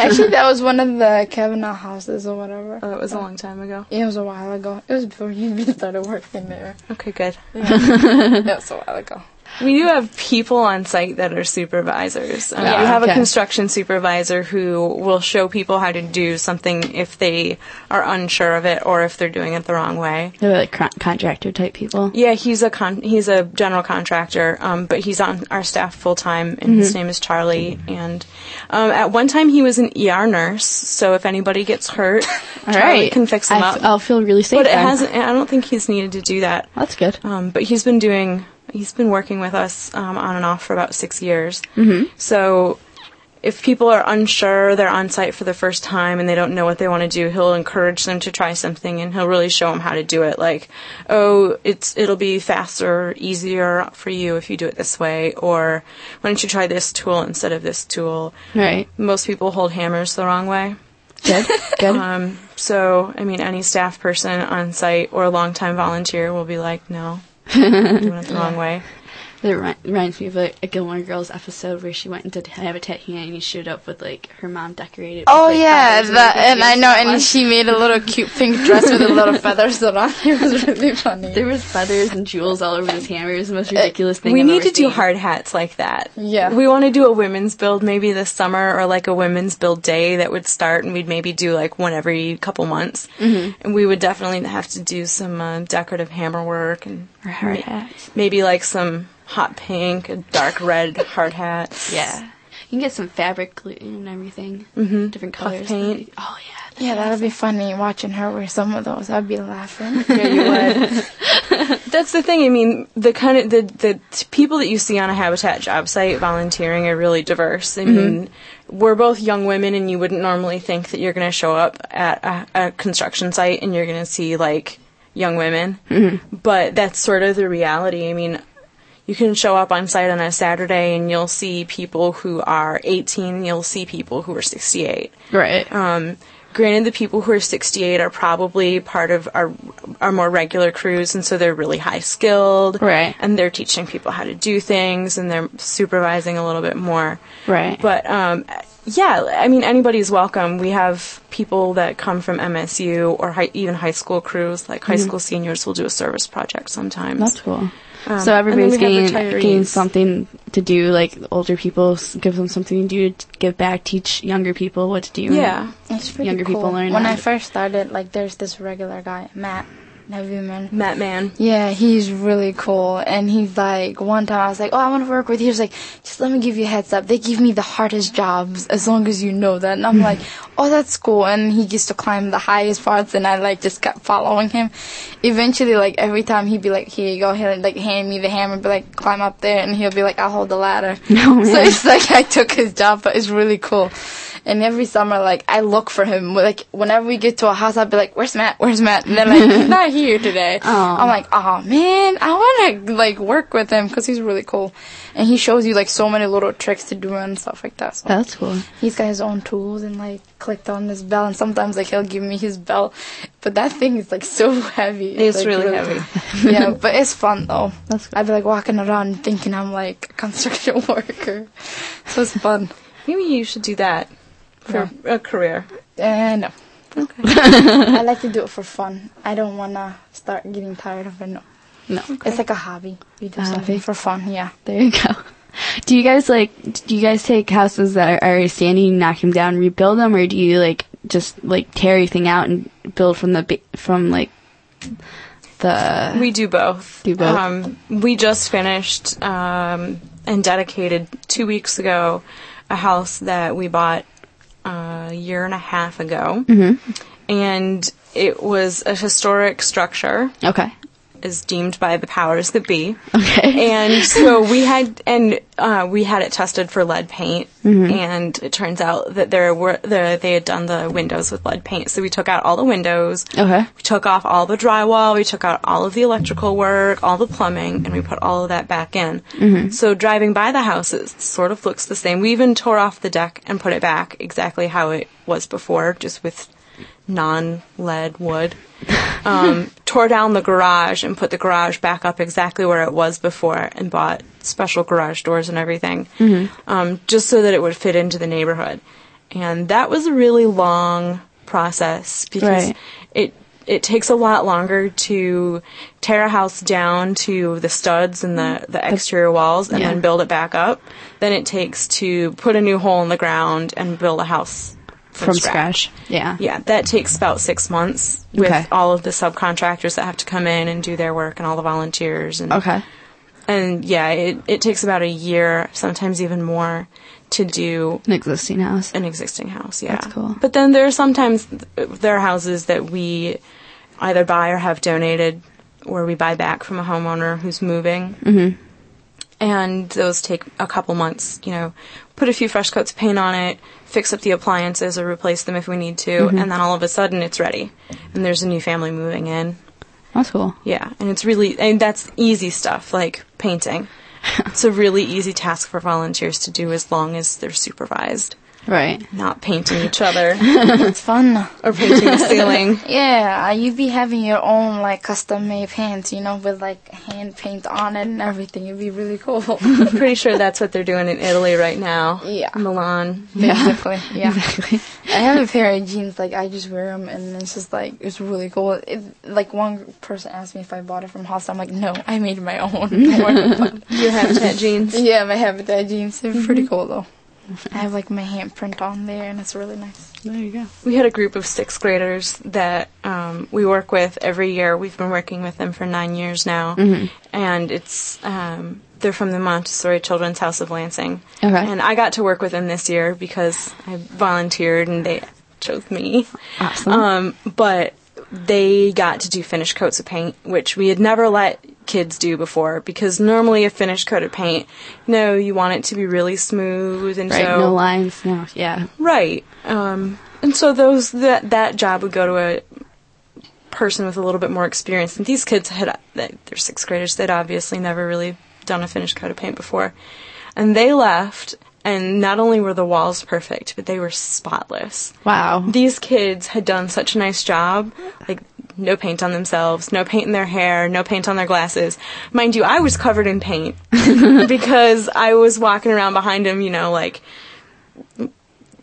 S14: Actually, that was one of the Kavanaugh houses or whatever. Uh,
S13: Oh, that was a long time ago.
S14: Yeah, it was a while ago. It was before you even started working there.
S13: Okay,
S14: <laughs>
S13: good.
S14: that was a while ago.
S13: We do have people on site that are supervisors. Um,
S14: Yeah,
S13: we have
S14: okay.
S13: a construction supervisor who will show people how to do something if they are unsure of it or if they're doing it the wrong way.
S2: They were like con- contractor type people.
S13: Yeah, he's a con- he's a general contractor, um, but he's on our staff full time, and his
S2: Mhm.
S13: name is Charlie. And um, at one time, he was an ER nurse, so if anybody gets hurt,
S2: <laughs> All
S13: Charlie
S2: right.
S13: can fix them
S2: I oh,
S13: up.
S2: f- I'll feel really safe.
S13: but it
S2: then.
S13: hasn't. I don't think he's needed to do that.
S2: That's good.
S13: Um, but he's been doing. He's been working with us um, on and off for about six years.
S2: Mhm.
S13: So if people are unsure, they're on site for the first time and they don't know what they want to do, he'll encourage them to try something and he'll really show them how to do it. Like, oh, it's it'll be faster, easier for you if you do it this way, or why don't you try this tool instead of this tool?
S2: Right.
S13: Most people hold hammers the wrong way. <laughs>
S2: Good. Good.
S13: Um, so, I mean, any staff person on site or a longtime volunteer will be like, no, you're doing it
S2: <laughs>
S13: the wrong way.
S2: That remi- reminds me of a, a Gilmore Girls episode where she went into Habitat Humanity and showed up with like her mom decorated. with,
S14: Oh
S2: like,
S14: yeah,
S2: feathers
S14: that
S2: everything.
S14: and I know, and she made a little cute <laughs> pink dress with a little feathers on. <laughs> It was really funny.
S2: There was feathers and jewels all over these hammers. The most ridiculous
S13: Uh,
S2: thing.
S13: we
S2: I've
S13: need
S2: ever
S13: to do
S2: seen.
S13: hard hats like that.
S14: Yeah.
S13: We want to do a women's build maybe this summer or like a women's build day that would start and we'd maybe do like one every couple months.
S2: Mhm.
S13: And we would definitely have to do some uh, decorative hammer work and
S2: Or hard
S13: ma-
S2: hats.
S13: Maybe like some hot pink, a dark red hard hats.
S2: Yeah. You can get some fabric glue and everything.
S13: Mhm.
S2: Different
S13: Puff
S2: colors.
S13: paint.
S2: Oh yeah,
S14: Yeah, that'd be funny watching her wear some of those. I'd be laughing.
S13: Yeah, you would. <laughs> That's the thing. I mean, the kind of the the t- people that you see on a habitat job site volunteering are really diverse. I
S2: Mhm.
S13: mean, we're both young women, and you wouldn't normally think that you're going to show up at a, a construction site and you're going to see like young women,
S2: Mhm.
S13: but that's sort of the reality. I mean. You can show up on site on a Saturday and you'll see people who are 18, you'll see people who are 68.
S2: Right.
S13: Um, granted, the people who are 68 are probably part of our, our more regular crews, and so they're really high skilled.
S2: Right.
S13: And they're teaching people how to do things, and they're supervising a little bit more.
S2: Right.
S13: But um, yeah, I mean, anybody's welcome. We have people that come from MSU or high, even high school crews, like high
S2: Mhm.
S13: school seniors will do a service project sometimes.
S2: That's cool.
S13: Um,
S2: so
S13: and then
S2: everybody's
S13: we have
S2: getting, getting
S13: retirees.
S2: something to do. Like older people, s- give them something to do to give back. Teach younger people what to do. and
S14: that's pretty
S2: younger
S14: cool.
S2: people learn.
S14: When
S2: how
S14: I
S2: to-
S14: first started, like, there's this regular guy, Matt. Have you met?
S13: Matt Man.
S14: Yeah, he's really cool. And he's like, one time I was like, oh, I want to work with you. He's like, just let me give you a heads up. They give me the hardest jobs as long as you know that. And I'm like, oh, that's cool. And he used to climb the highest parts, and I like just kept following him. Eventually, like every time he'd be like, here you go, he'll like hand me the hammer, be like, climb up there, and he'll be like, I'll hold the <laughs> ladder.
S2: No,
S14: so
S2: man.
S14: it's like I took his job, but it's really cool. And every summer, like I look for him. Like whenever we get to a house, I'll be like, "Where's Matt? Where's Matt?" And then like he's
S13: <laughs>
S14: not here today. I'm like, "Oh man, I want to like work with him because he's really cool." And he shows you like so many little tricks to do and stuff like that. So
S2: That's cool.
S14: He's got his own tools and like clicked on this bell, and sometimes like he'll give me his bell, but that thing is like so <laughs> heavy.
S13: It's
S14: like,
S13: really heavy.
S14: <laughs> yeah, but it's fun though. I'd be like walking around thinking I'm like a construction <laughs> worker. So it's fun.
S13: Maybe you should do that for a career.
S14: Uh, no. I like to do it for fun. I don't want to start getting tired of it. No.
S2: No.
S14: It's like a hobby. You do
S2: A
S14: something
S2: hobby.
S14: for fun. Yeah.
S2: Um, There you go. <laughs> Do you guys like? Do you guys take houses that are already standing, knock them down, rebuild them, or do you like just like tear everything out and build from the ba- from like the?
S13: <laughs> we do both.
S2: Do both.
S13: Um, we just finished um, and dedicated two weeks ago a house that we bought uh, a year and a half ago,
S2: Mm-hmm.
S13: and it was a historic structure
S2: Okay.
S13: is deemed by the powers that be. Okay. And so we had and uh, we had it tested for lead paint,
S2: Mhm.
S13: and it turns out that there were the, they had done the windows with lead paint. So we took out all the windows.
S2: Okay.
S13: We took off all the drywall. We took out all of the electrical work, all the plumbing, and we put all of that back in.
S2: Mhm.
S13: So driving by the house, it sort of looks the same. We even tore off the deck and put it back exactly how it was before, just with non-lead wood. Um, <laughs> tore down the garage and put the garage back up exactly where it was before, and bought special garage doors and everything,
S2: Mhm.
S13: um, just so that it would fit into the neighborhood. And that was a really long process because
S2: Right.
S13: it it takes a lot longer to tear a house down to the studs and the, the exterior walls and
S2: Mm-hmm. yeah.
S13: then build it back up than it takes to put a new hole in the ground and build a house from,
S2: From scratch. Yeah.
S13: Yeah, that takes about six months with
S2: Okay.
S13: all of the subcontractors that have to come in and do their work and all the volunteers and
S2: Okay.
S13: and yeah, it, it takes about a year, sometimes even more, to do
S2: An existing house.
S13: an existing house. Yeah,
S2: That's cool.
S13: But then there are sometimes there are houses that we either buy or have donated, or we buy back from a homeowner who's moving,
S2: Mm-hmm.
S13: and those take a couple months. You know, put a few fresh coats of paint on it, fix up the appliances or replace them if we need to,
S2: Mhm.
S13: and then all of a sudden it's ready, and there's a new family moving in.
S2: That's cool.
S13: Yeah, and it's really and that's easy stuff like
S14: <laughs>
S13: painting. it's a really easy task for volunteers to do as long as they're supervised.
S2: Right.
S13: Not painting each
S14: <laughs>
S13: other.
S14: it's fun.
S13: Or painting the ceiling.
S14: <laughs> yeah, you'd be having your own like custom made pants, you know, with like hand paint on it and everything. It'd be really cool.
S13: <laughs> I'm pretty sure that's what they're doing in Italy right now.
S14: Yeah.
S13: Milan.
S14: <laughs> Exactly.
S13: <laughs>
S14: Yeah. I have a pair of jeans. Like I just wear them, and it's just like it's really cool. It, like one person asked me if I bought it from House. I'm like, no, I made
S2: <laughs>
S14: my own.
S13: Your Habitat jeans.
S14: <laughs> Yeah, my Habitat jeans. They're
S2: Mm-hmm.
S14: pretty cool though. I have like my handprint on there, and it's really nice.
S2: There you go.
S13: We had a group of sixth graders that um, we work with every year. We've been working with them for nine years now,
S2: Mhm.
S13: and it's um, they're from the Montessori Children's House of Lansing.
S2: Okay.
S13: And I got to work with them this year because I volunteered, and they chose me.
S2: Awesome.
S13: Um, but they got to do finished coats of paint, which we had never let kids do before because normally a finished coat of paint, you know, you want it to be really smooth and
S2: Right,
S13: so
S2: no lines, no, yeah.
S13: Right. Um, and so those that that job would go to a person with a little bit more experience. And these kids had they- they're sixth graders. They'd obviously never really done a finished coat of paint before, and they left. And not only were the walls perfect, but they were spotless.
S2: Wow.
S13: These kids had done such a nice job. Like, no paint on themselves, no paint in their hair, no paint on their glasses. Mind you, I was covered in
S2: <laughs>
S13: paint because I was walking around behind him, you know, like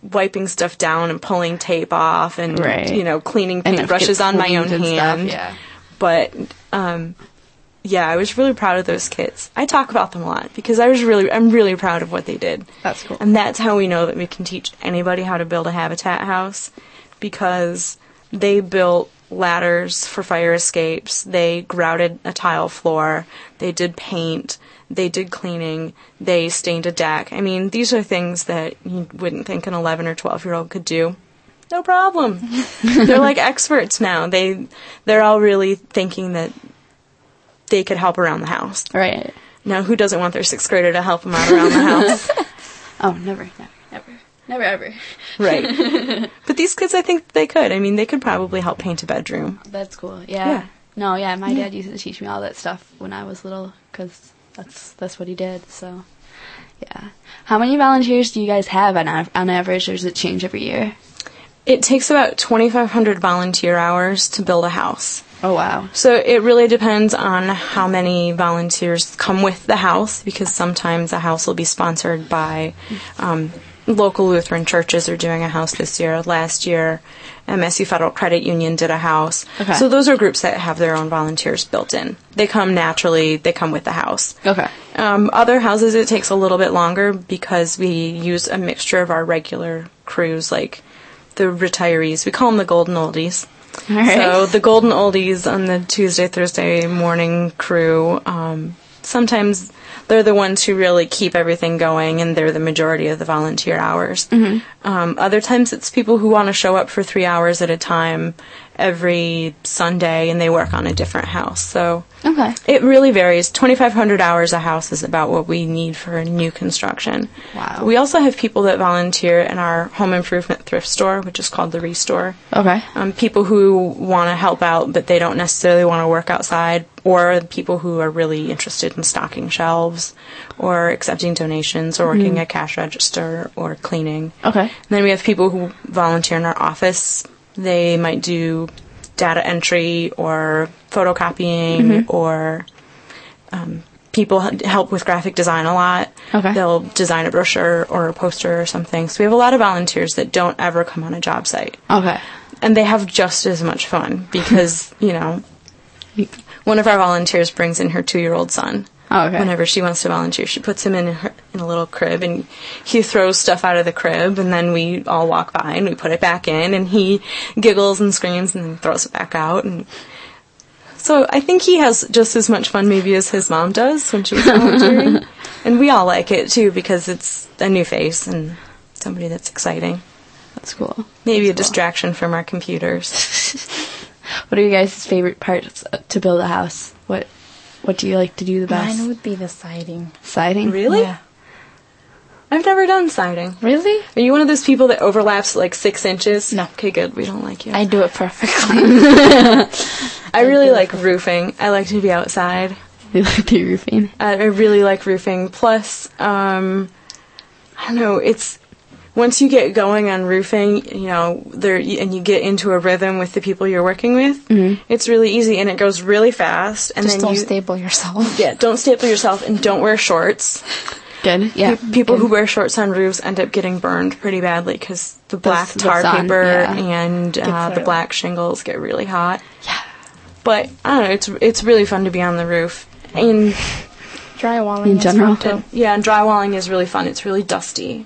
S13: wiping stuff down and pulling tape off and
S2: Right.
S13: you know cleaning
S2: And it
S13: paintbrushes
S2: gets
S13: on my own
S2: cleaned and stuff,
S13: hand.
S2: yeah.
S13: But um yeah, I was really proud of those kids. I talk about them a lot because I was really I'm really proud of what they did.
S2: That's cool.
S13: And that's how we know that we can teach anybody how to build a habitat house because they built ladders for fire escapes, they grouted a tile floor, they did paint, they did cleaning, they stained a deck. I mean, these are things that you wouldn't think an 11 or 12 year old could do. No problem. they're like experts now. They they're all really thinking that they could help around the house.
S2: Right.
S13: Now, who doesn't want their sixth grader to help them out around the <laughs> house?
S2: Oh, never, never, never, never, ever.
S13: Right. <laughs> but these kids, I think they could. I mean, they could probably help paint a bedroom.
S2: That's cool. Yeah.
S13: Yeah.
S2: No, yeah, my
S13: Yeah.
S2: dad used to teach me all that stuff when I was little because that's that's what he did. So, yeah. How many volunteers do you guys have on av- on average, or does it change every year?
S13: It takes about 2,500 volunteer hours to build a house.
S2: Oh wow.
S13: So it really depends on how many volunteers come with the house because sometimes a house will be sponsored by um, local Lutheran churches are doing a house this year. Last year, MSU Federal Credit Union did a house.
S2: Okay.
S13: So those are groups that have their own volunteers built in. They come naturally, they come with the house.
S2: Okay.
S13: Um, other houses, it takes a little bit longer because we use a mixture of our regular crews, like the retirees. We call them the golden oldies.
S2: All right.
S13: So the golden oldies on the Tuesday, Thursday morning crew. Um, sometimes they're the ones who really keep everything going, and they're the majority of the volunteer hours.
S2: Mhm.
S13: Um, other times it's people who want to show up for three hours at a time every Sunday, and they work on a different house. So
S2: Okay.
S13: it really varies. 2,500 hours a house is about what we need for a new construction. Wow. We also have people that volunteer in our home improvement thrift store, which is called the Restore.
S2: Okay.
S13: Um, people who want to help out, but they don't necessarily want to work outside, or people who are really interested in stocking shelves, or accepting donations, or working
S2: Mhm.
S13: at cash register, or cleaning.
S2: Okay.
S13: And then we have people who volunteer in our office. They might do data entry or photocopying
S2: Mhm.
S13: or um, people h- help with graphic design a lot.
S2: Okay.
S13: They'll design a brochure or a poster or something. So we have a lot of volunteers that don't ever come on a job site.
S2: Okay.
S13: And they have just as much fun
S2: <laughs>
S13: because, you know, one of our volunteers brings in her two year old son.
S2: Oh, okay.
S13: Whenever she wants to volunteer, she puts him in her, in a little crib, and he throws stuff out of the crib, and then we all walk by and we put it back in, and he giggles and screams, and then throws it back out, and so I think he has just as much fun maybe as his mom does when
S2: <laughs>
S13: she's volunteering, and we all like it too because it's a new face and somebody that's exciting.
S2: That's cool.
S13: Maybe a distraction from our computers.
S2: What are you guys' favorite parts uh, to build a house? What What do you like to do the best?
S14: Mine would be the siding.
S2: Siding.
S13: Really?
S14: Yeah.
S13: I've never done siding.
S14: Really?
S13: Are you one of those people that overlaps like six inches? No. Okay, good. We don't like you.
S14: I do it perfectly.
S13: I really like roofing. I like to be outside.
S2: You like the roofing?
S13: I I really like roofing. Plus, um, I don't know. It's once you get going on roofing, you know, there and you get into a rhythm with the people you're working with.
S14: Mhm.
S13: It's really easy and it goes really fast. And
S14: Just
S13: then
S14: don't
S13: you,
S14: staple
S13: <laughs>
S14: yourself.
S13: Yeah, don't staple yourself and don't wear shorts.
S2: Good. Yeah.
S13: Pe- people who wear shorts on roofs end up getting burned pretty badly because the black
S2: the
S13: tar
S2: sun,
S13: paper
S2: yeah.
S13: and
S2: Gets
S13: uh, the
S2: there.
S13: black shingles get really hot. Yeah. But I don't know. It's it's really fun to be on the roof and
S14: drywalling.
S2: In is general? fun, too.
S13: yeah, and drywalling is really fun. It's really dusty.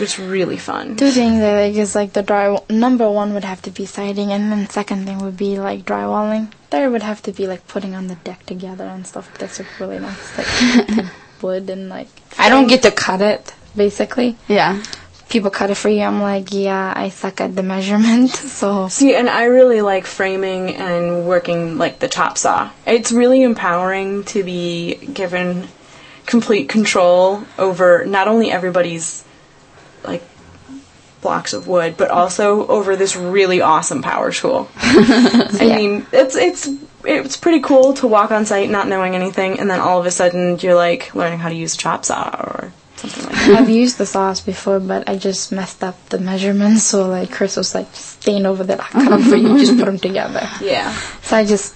S13: It's really fun.
S14: Two things I think is like the drywall. Number one would have to be siding, and then second thing would be like drywalling. Third would have to be like putting on the deck together and stuff. That's like
S2: <laughs>
S14: really nice, like wood and like I don't get to cut it basically.
S2: Yeah.
S14: people cut it for you. I'm like, yeah, I suck at the measurement. <laughs> So
S13: See, and I really like framing and working like the chop saw. It's really empowering to be given complete control over not only everybody's like blocks of wood, but also over this really awesome power
S14: <laughs>
S13: tool. I mean, it's it's it's pretty cool to walk on site not knowing anything, and then all of a sudden you're like learning how to use a chop saw or something like that.
S14: I've used the sauce before, but I just messed up the measurements. So like Chris was like, just stain over that. I cut them for you. Just put them together.
S13: Yeah.
S14: So I just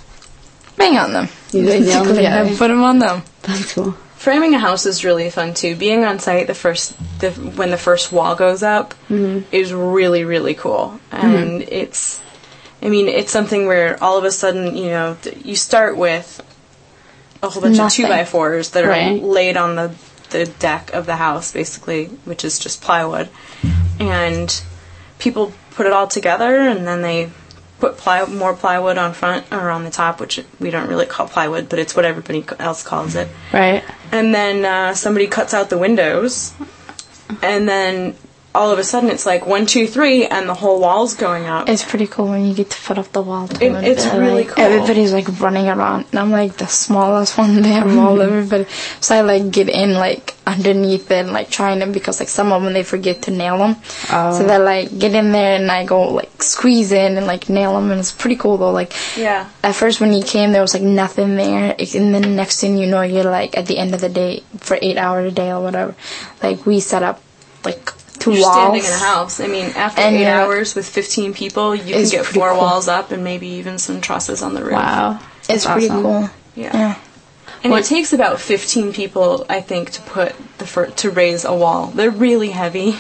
S14: bang on them.
S13: You just nailed them
S14: yeah,
S13: down.
S14: I put them on them.
S2: That's cool.
S13: Framing a house is really fun too. Being on site the first the, when the first wall goes up
S2: Mhm.
S13: is really really cool, and it's I mean it's something where all of a sudden you know th- you start with a whole bunch of
S14: Nothing.
S13: two by fours that are
S14: Right.
S13: laid on the the deck of the house basically, which is just plywood, and people put it all together and then they put ply- more plywood on front or on the top, which we don't really call plywood, but it's what everybody else calls it.
S2: Right.
S13: And then uh, somebody cuts out the windows, and then all of a sudden it's like one, two, three, and the whole wall's going up.
S14: It's pretty cool when you get to put up the wall. To
S13: It- it's really cool.
S14: Everybody's like running around, and I'm like the smallest <laughs> one there of all everybody. So I like get in like underneath it, and, like trying to because like some of them they forget to nail them.
S2: Oh.
S14: So they like get in there, and I go like squeeze in and like nail them, and it's pretty cool though. Like
S13: Yeah.
S14: at first when you came, there was like nothing there, and then next thing you know, you're like at the end of the day for eight hours a day or whatever. Like we set up like 2
S13: You're
S14: walls.
S13: standing in a house. I mean, after
S14: And
S13: eight
S14: you're-
S13: hours with 15 people, you can
S14: It's
S13: get
S14: pretty
S13: four
S14: cool.
S13: walls up and maybe even some trusses on the roof.
S2: Wow.
S14: It's
S13: That's
S14: pretty
S13: awesome.
S14: cool.
S13: Yeah. And it takes about 15 people, I think, to put the fir- to raise a wall. They're really heavy.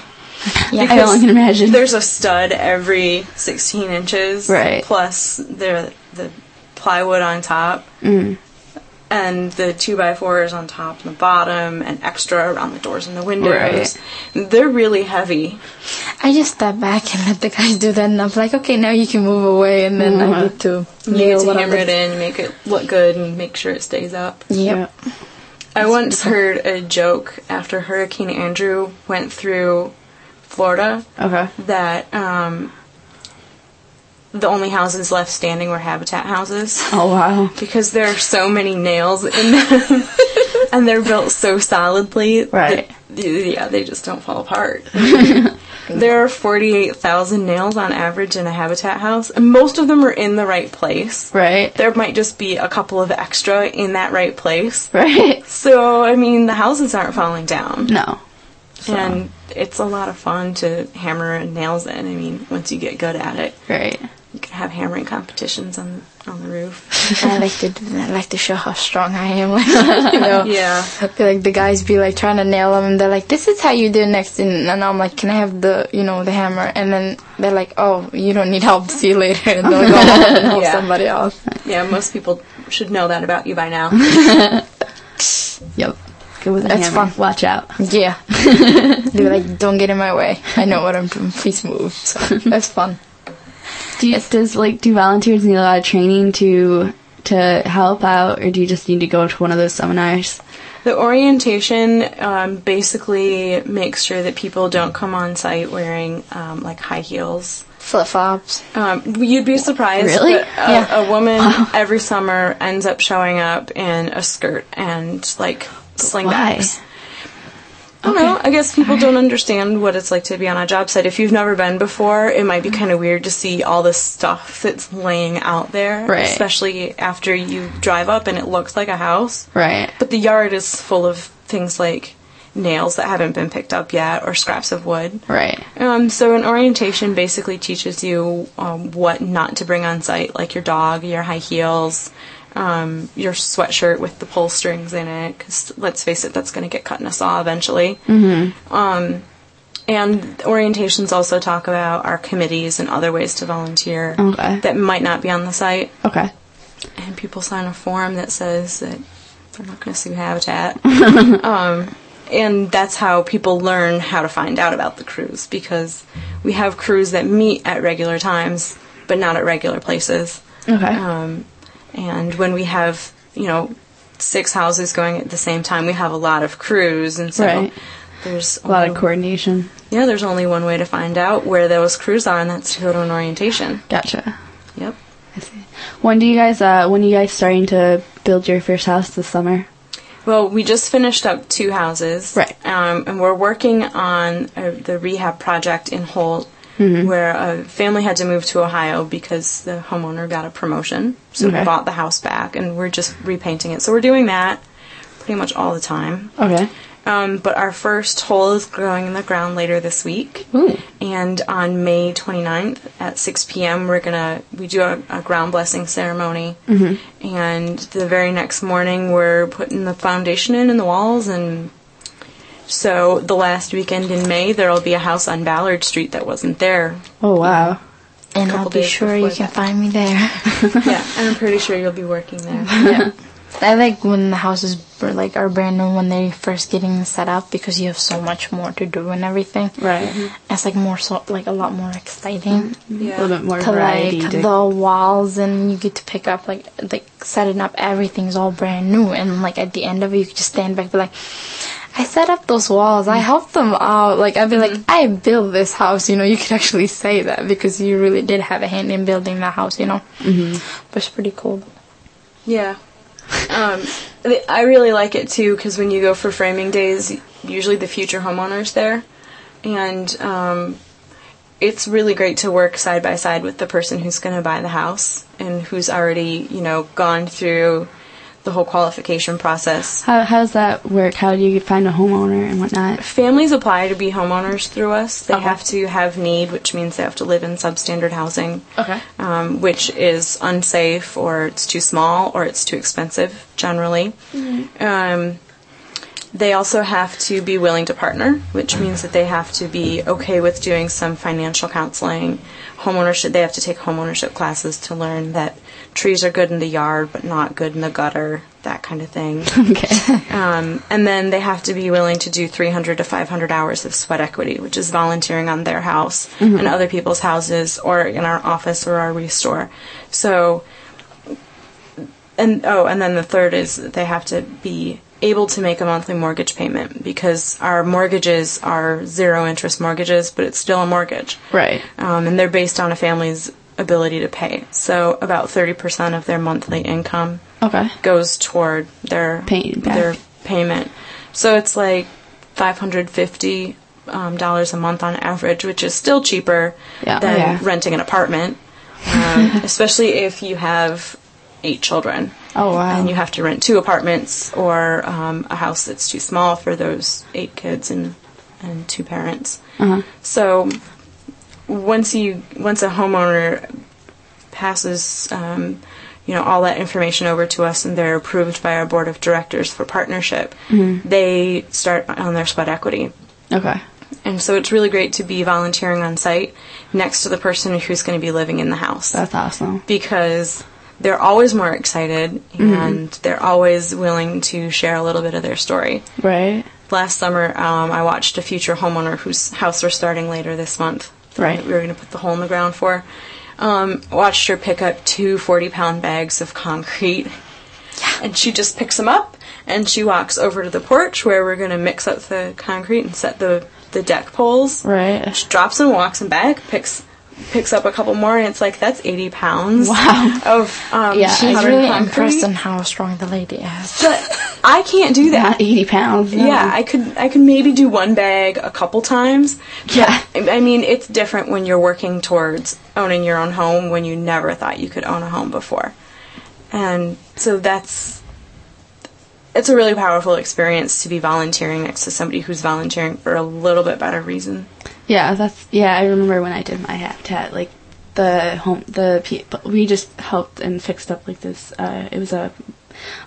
S2: Yeah,
S13: <laughs>
S2: I
S13: Because
S2: only can imagine.
S13: There's a stud every 16 inches,
S2: Right.
S13: Plus the the plywood on top,
S2: Mm.
S13: and the two by fours on top and the bottom, and extra around the doors and the windows. They're really heavy.
S14: <laughs> I just step back and let the guys do that, and I'm like, okay, now you can move away, and then I
S13: Mhm.
S14: get to
S13: You get
S14: nail
S13: to
S14: what I'm
S13: hammer it in, make it look good, and make sure it stays up.
S14: Yep.
S13: I once heard a joke after Hurricane Andrew went through Florida
S2: Okay.
S13: that um, the only houses left standing were habitat houses.
S2: Oh wow.
S13: <laughs> Because there are so many nails in
S2: <laughs>
S13: them, and they're built so solidly.
S2: Right.
S13: That, yeah, they just don't fall
S2: <laughs>
S13: apart. <laughs> there are 48,000 nails on average in a habitat house, and most of them are in the right place.
S2: Right. <laughs>
S13: There might just be a couple of extra in that right place.
S2: Right.
S13: So, I mean, the houses aren't falling down.
S2: No.
S13: And it's a lot of fun to hammer nails in. I mean, once you get good at it,
S2: right?
S13: You can have hammering competitions on on the roof.
S14: I like to do that. I like to show how strong I am. Like, you
S13: <laughs>
S14: know,
S13: <laughs> Yeah.
S14: Like the guys be like trying to nail them, and they're like, "This is how you do next," and, and I'm like, "Can I have the, you know, the hammer?" And then they're like, "Oh, you don't need help. See you later." And they're like, "Oh, help
S13: Yeah.
S14: somebody else."
S13: Yeah, most people should know that about you by now.
S2: Yep. Good with a
S14: That's
S2: hammer.
S14: fun.
S2: Watch out. <laughs>
S14: Yeah. they were like, don't get in my way. I know what I'm doing. Please move. So that's fun.
S2: Do you, does like do volunteers need a lot of training to to help out, or do you just need to go to one of those seminars?
S13: The orientation um, basically makes sure that people don't come on site wearing um, like high heels.
S14: Flip flops.
S13: Um, you'd be surprised.
S14: Really?
S13: but A,
S14: Yeah.
S13: a woman every summer ends up showing up in a skirt and like slingbacks. I don't know. I guess people don't understand what it's like to be on a job site. If you've never been before, it might be kind of weird to see all this stuff that's laying out there,
S2: Right.
S13: especially after you drive up and it looks like a house.
S2: Right.
S13: But the yard is full of things like nails that haven't been picked up yet or scraps of wood.
S2: Right.
S13: Um, so an orientation basically teaches you um, what not to bring on site, like your dog, your high heels, um, your sweatshirt with the pull strings in it. Because let's face it, that's going to get cut in a saw eventually.
S2: Mm-hmm.
S13: Um, and orientations also talk about our committees and other ways to volunteer
S2: Okay.
S13: that might not be on the site.
S2: Okay.
S13: And people sign a form that says that they're not going to sue
S2: <laughs>
S13: Habitat. um, and that's how people learn how to find out about the crews because we have crews that meet at regular times but not at regular places.
S2: Okay.
S13: Um, and when we have, you know, six houses going at the same time, we have a lot of crews, and so
S2: Right.
S13: there's
S2: A lot of coordination.
S13: Yeah, there's only one way to find out where those crews are, and that's to go to an orientation.
S2: Gotcha.
S13: Yep.
S2: I see. When do you guys? Uh, when are you guys starting to build your first house this summer?
S13: Well, we just finished up two houses. Right. Um, and we're working on uh the rehab project in Holt,
S2: Mhm.
S13: where a family had to move to Ohio because the homeowner got a promotion. So
S2: Okay.
S13: we bought the house back, and we're just repainting it. So we're doing that pretty much all the time.
S2: Okay.
S13: Um, but our first hole is going in the ground later this week. And on May 29th at 6 p.m., we're going to, we do a, a ground blessing ceremony.
S2: Mhm.
S13: And the very next morning, we're putting the foundation in and the walls. And so the last weekend in May, there will be a house on Ballard Street that wasn't there.
S2: Oh wow.
S13: And I'll be sure you
S14: can find me there.
S13: <laughs> yeah, I'm pretty sure you'll be working there.
S14: I like when the houses br- like are brand new when they're first getting set up because you have so much more to do and everything. Mm-hmm.
S2: Right. Mhm.
S14: It's like more so like a lot more exciting.
S2: Yeah. A little bit more
S14: to
S2: variety
S14: like
S2: to-
S14: the walls and you get to pick up like like setting up everything's all brand new and like at the end of it you could just stand back and be like I set up those walls. I helped them out. Like I'd be like, I built this house. You know, you could actually say that because you really did have a hand in building the house. You know,
S13: Mhm.
S14: but it's pretty cool.
S13: Yeah. Um, the- I really like it too because when you go for framing days, usually the future homeowners there, and um, it's really great to work side by side with the person who's going to buy the house and who's already you know gone through the whole qualification process.
S2: How how does that work? How do you find a homeowner and whatnot?
S13: Families apply to be homeowners through us. They have to have need, which means they have to live in substandard housing.
S2: Okay.
S13: Um, which is unsafe, or it's too small, or it's too expensive, generally. Um, they also have to be willing to partner, which means that they have to be okay with doing some financial counseling, homeownership. They have to take homeownership classes to learn that trees are good in the yard, but not good in the gutter, that kind of thing. okay. Um, and then they have to be willing to do 300 to 500 hours of sweat equity, which is volunteering on their house
S2: Mhm.
S13: and other people's houses, or in our office or our restore. So and oh, and then the third is that they have to be able to make a monthly mortgage payment because our mortgages are zero interest mortgages, but it's still a mortgage.
S2: Right.
S13: Um, and they're based on a family's ability to pay. So about 30% of their monthly income
S2: Okay.
S13: goes toward their
S2: Paying back.
S13: their payment. So it's like $550 um, dollars a month on average, which is still cheaper
S2: Yeah.
S13: than
S2: Yeah.
S13: renting an
S2: <laughs>
S13: apartment, um, especially if you have eight children.
S2: Oh, wow.
S13: And you have to rent two apartments or um, a house that's too small for those eight kids and and two parents.
S2: Uh-huh.
S13: So once you once a homeowner passes um, you know all that information over to us and they're approved by our board of directors for partnership,
S2: Mhm.
S13: they start on their sweat equity.
S2: Okay.
S13: And so it's really great to be volunteering on site next to the person who's going to be living in the house
S2: That's awesome.
S13: because they're always more excited
S2: Mhm.
S13: and they're always willing to share a little bit of their story.
S2: Right.
S13: Last summer, um, I watched a future homeowner whose house we're starting later this month.
S2: Right.
S13: That we were going to put the hole in the ground for. Um, watched her pick up two 40 pound bags of concrete. And she just picks them up and she walks over to the porch where we're going to mix up the concrete and set the, the deck poles.
S2: Right.
S13: She drops them, walks them back, picks picks up a couple more, and it's like, that's 80 pounds
S14: Wow.
S13: of um,
S14: yeah, she's
S13: powdered
S14: really
S13: concrete.
S14: impressed on how strong the lady is.
S13: But I can't do that.
S2: Not eighty pounds. no.
S13: Yeah, I could I could maybe do one bag a couple times. Yeah. I I mean, it's different when you're working towards owning your own home when you never thought you could own a home before. And so that's it's a really powerful experience to be volunteering next to somebody who's volunteering for a little bit better reason.
S2: Yeah, that's yeah. I remember when I did my habitat, like the home, the people we just helped and fixed up like this. Uh, it was a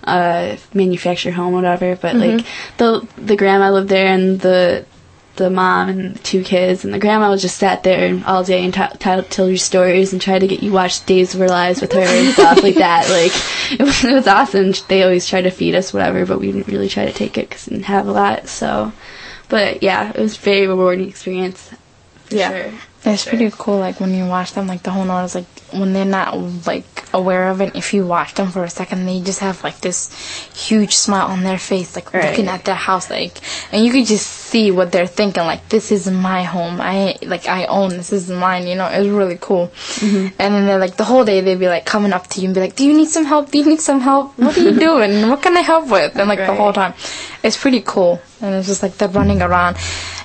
S2: uh manufactured home, whatever. But
S13: Mhm.
S2: like the the grandma lived there, and the the mom and the two kids, and the grandma was just sat there all day and t- t- tell your stories and try to get you watch Days of Our Lives with her and stuff like that. Like <laughs> it was, it was awesome. They always try to feed us whatever, but we didn't really try to take it because we didn't have a lot. So, but yeah, it was a very rewarding experience. For
S13: Yeah.
S2: sure.
S14: It's pretty cool, like when you watch them, like the whole note is like when they're not like aware of it. If you watch them for a second, they just have like this huge smile on their face, like
S13: Right.
S14: looking at their house, like, and you could just see what they're thinking. Like, this is my home. I like I own this. This is mine. You know, it's really cool.
S13: Mhm.
S14: And then they're like the whole day they'd be like coming up to you and be like, "Do you need some help? Do you need some help?
S13: <laughs>
S14: What are you doing? What can I help with?" And like the whole time, it's pretty cool. And it's just like they're running around,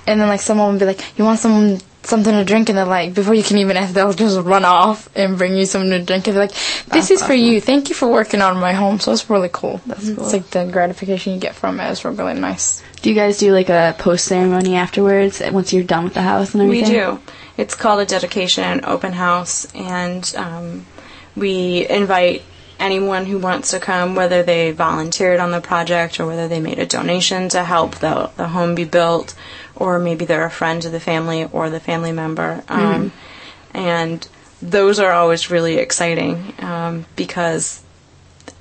S14: and then like someone would be like, "You want some something to drink?" And they're like, before you can even <laughs> ask, they'll just run off and bring you something to drink. And be like, "This
S13: That's
S14: is for
S13: awesome. Mm-hmm.
S14: you. Thank you for working on my home." So it's really cool. That's
S2: cool.
S14: It's like the gratification you get from it is really nice.
S2: Do you guys do like a post ceremony afterwards uh, once you're done with the house and
S13: We
S2: everything?
S13: do. It's called a dedication open house, and um, we invite anyone who wants to come, whether they volunteered on the project or whether they made a donation to help the, the home be built, or maybe they're a friend to the family or the family member.
S2: Mm-hmm.
S13: Um, And those are always really exciting um, because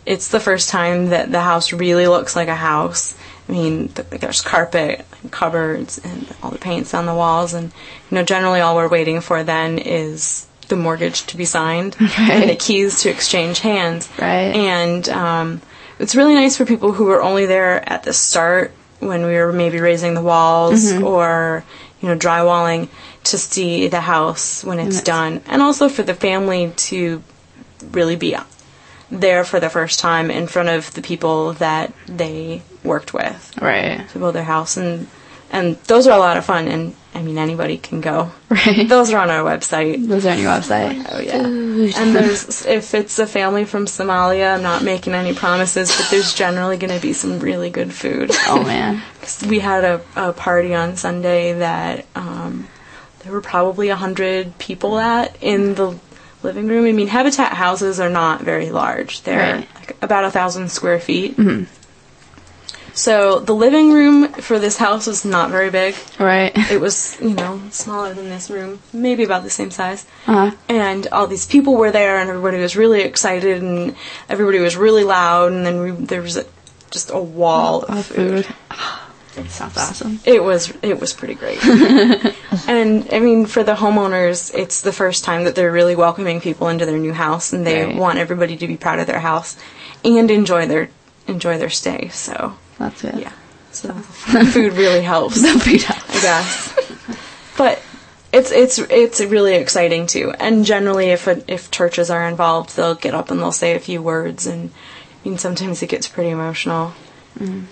S13: it's the first time that the house really looks like a house. I mean, th- there's carpet, and cupboards, and all the paints on the walls, and you know, generally all we're waiting for then is the mortgage to be signed <laughs> and the keys to exchange hands. Right. And um, it's really nice for people who were only there at the start when we were maybe raising the walls
S2: Mhm.
S13: or you know drywalling to see the house when it's
S2: Nice.
S13: done, and also for the family to really be there for the first time in front of the people that they worked with
S2: right
S13: to build their house and and those are a lot of fun and i mean anybody can go right <laughs> those are on our website
S2: Those are on your website.
S13: oh yeah and
S2: <laughs>
S13: there's if it's a family from somalia i'm not making any promises but there's generally going to be some really good food
S2: Oh,
S14: <laughs>
S2: man.
S13: 'Cause we had a, a party on sunday that um, there were probably 100 people at in the living room i mean habitat houses are not very large they're
S2: Right. Mm-hmm.
S13: like about a thousand square feet so the living room for this house was not very big.
S2: Right.
S13: It was, you know, smaller than this room, maybe about the same size.
S2: Uh-huh.
S13: And all these people were there, and everybody was really excited, and everybody was really loud, and then we, there was a, just a wall
S2: Oh,
S13: of food.
S2: Sounds awesome.
S13: It was it was pretty great. and I mean for the homeowners, it's the first time that they're really welcoming people into their new house and they
S2: Right.
S13: want everybody to be proud of their house and enjoy their enjoy their stay. So
S2: That's it.
S13: Yeah. So food really
S14: <laughs>
S13: helps. the food helps. I guess. But it's it's it's really exciting too. And generally if a, if churches are involved, they'll get up and they'll say a few words and I mean sometimes it gets pretty emotional.
S14: Mm-hmm.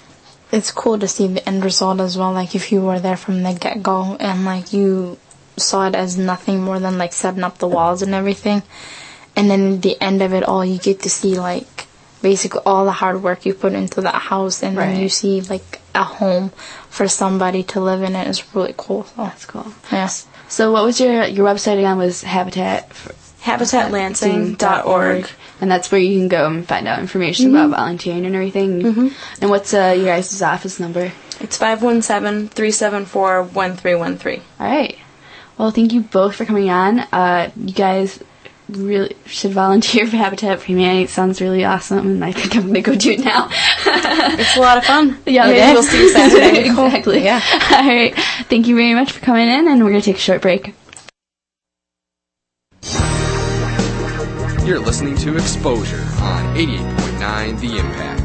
S14: it's cool to see the end result as well. Like if you were there from the get go and like you saw it as nothing more than like setting up the walls and everything, and then at the end of it all, you get to see like basically all the hard work you put into that house, and then you
S2: Right.
S14: see like a home for somebody to live in. It is really cool. So. That's
S2: cool.
S14: Yes.
S2: So what was your your website again? Was Habitat
S13: HabitatLansing.org.
S2: and that's where you can go and find out information
S14: Mm-hmm.
S2: about volunteering and everything. And what's uh, your guys' office number?
S13: It's 517-374-1313.
S2: All right. Well, thank you both for coming on. Uh, you guys really should volunteer for Habitat for Humanity. It sounds really awesome, and I think I'm gonna go do it now.
S13: it's a lot of fun.
S2: Yeah,
S13: Maybe
S2: okay.
S13: we'll see you
S15: <laughs>
S13: Saturday.
S2: exactly. Yeah. All right. Thank you very much for coming in, and we're gonna take a short break.
S4: You're listening to Exposure on 88.9 The Impact.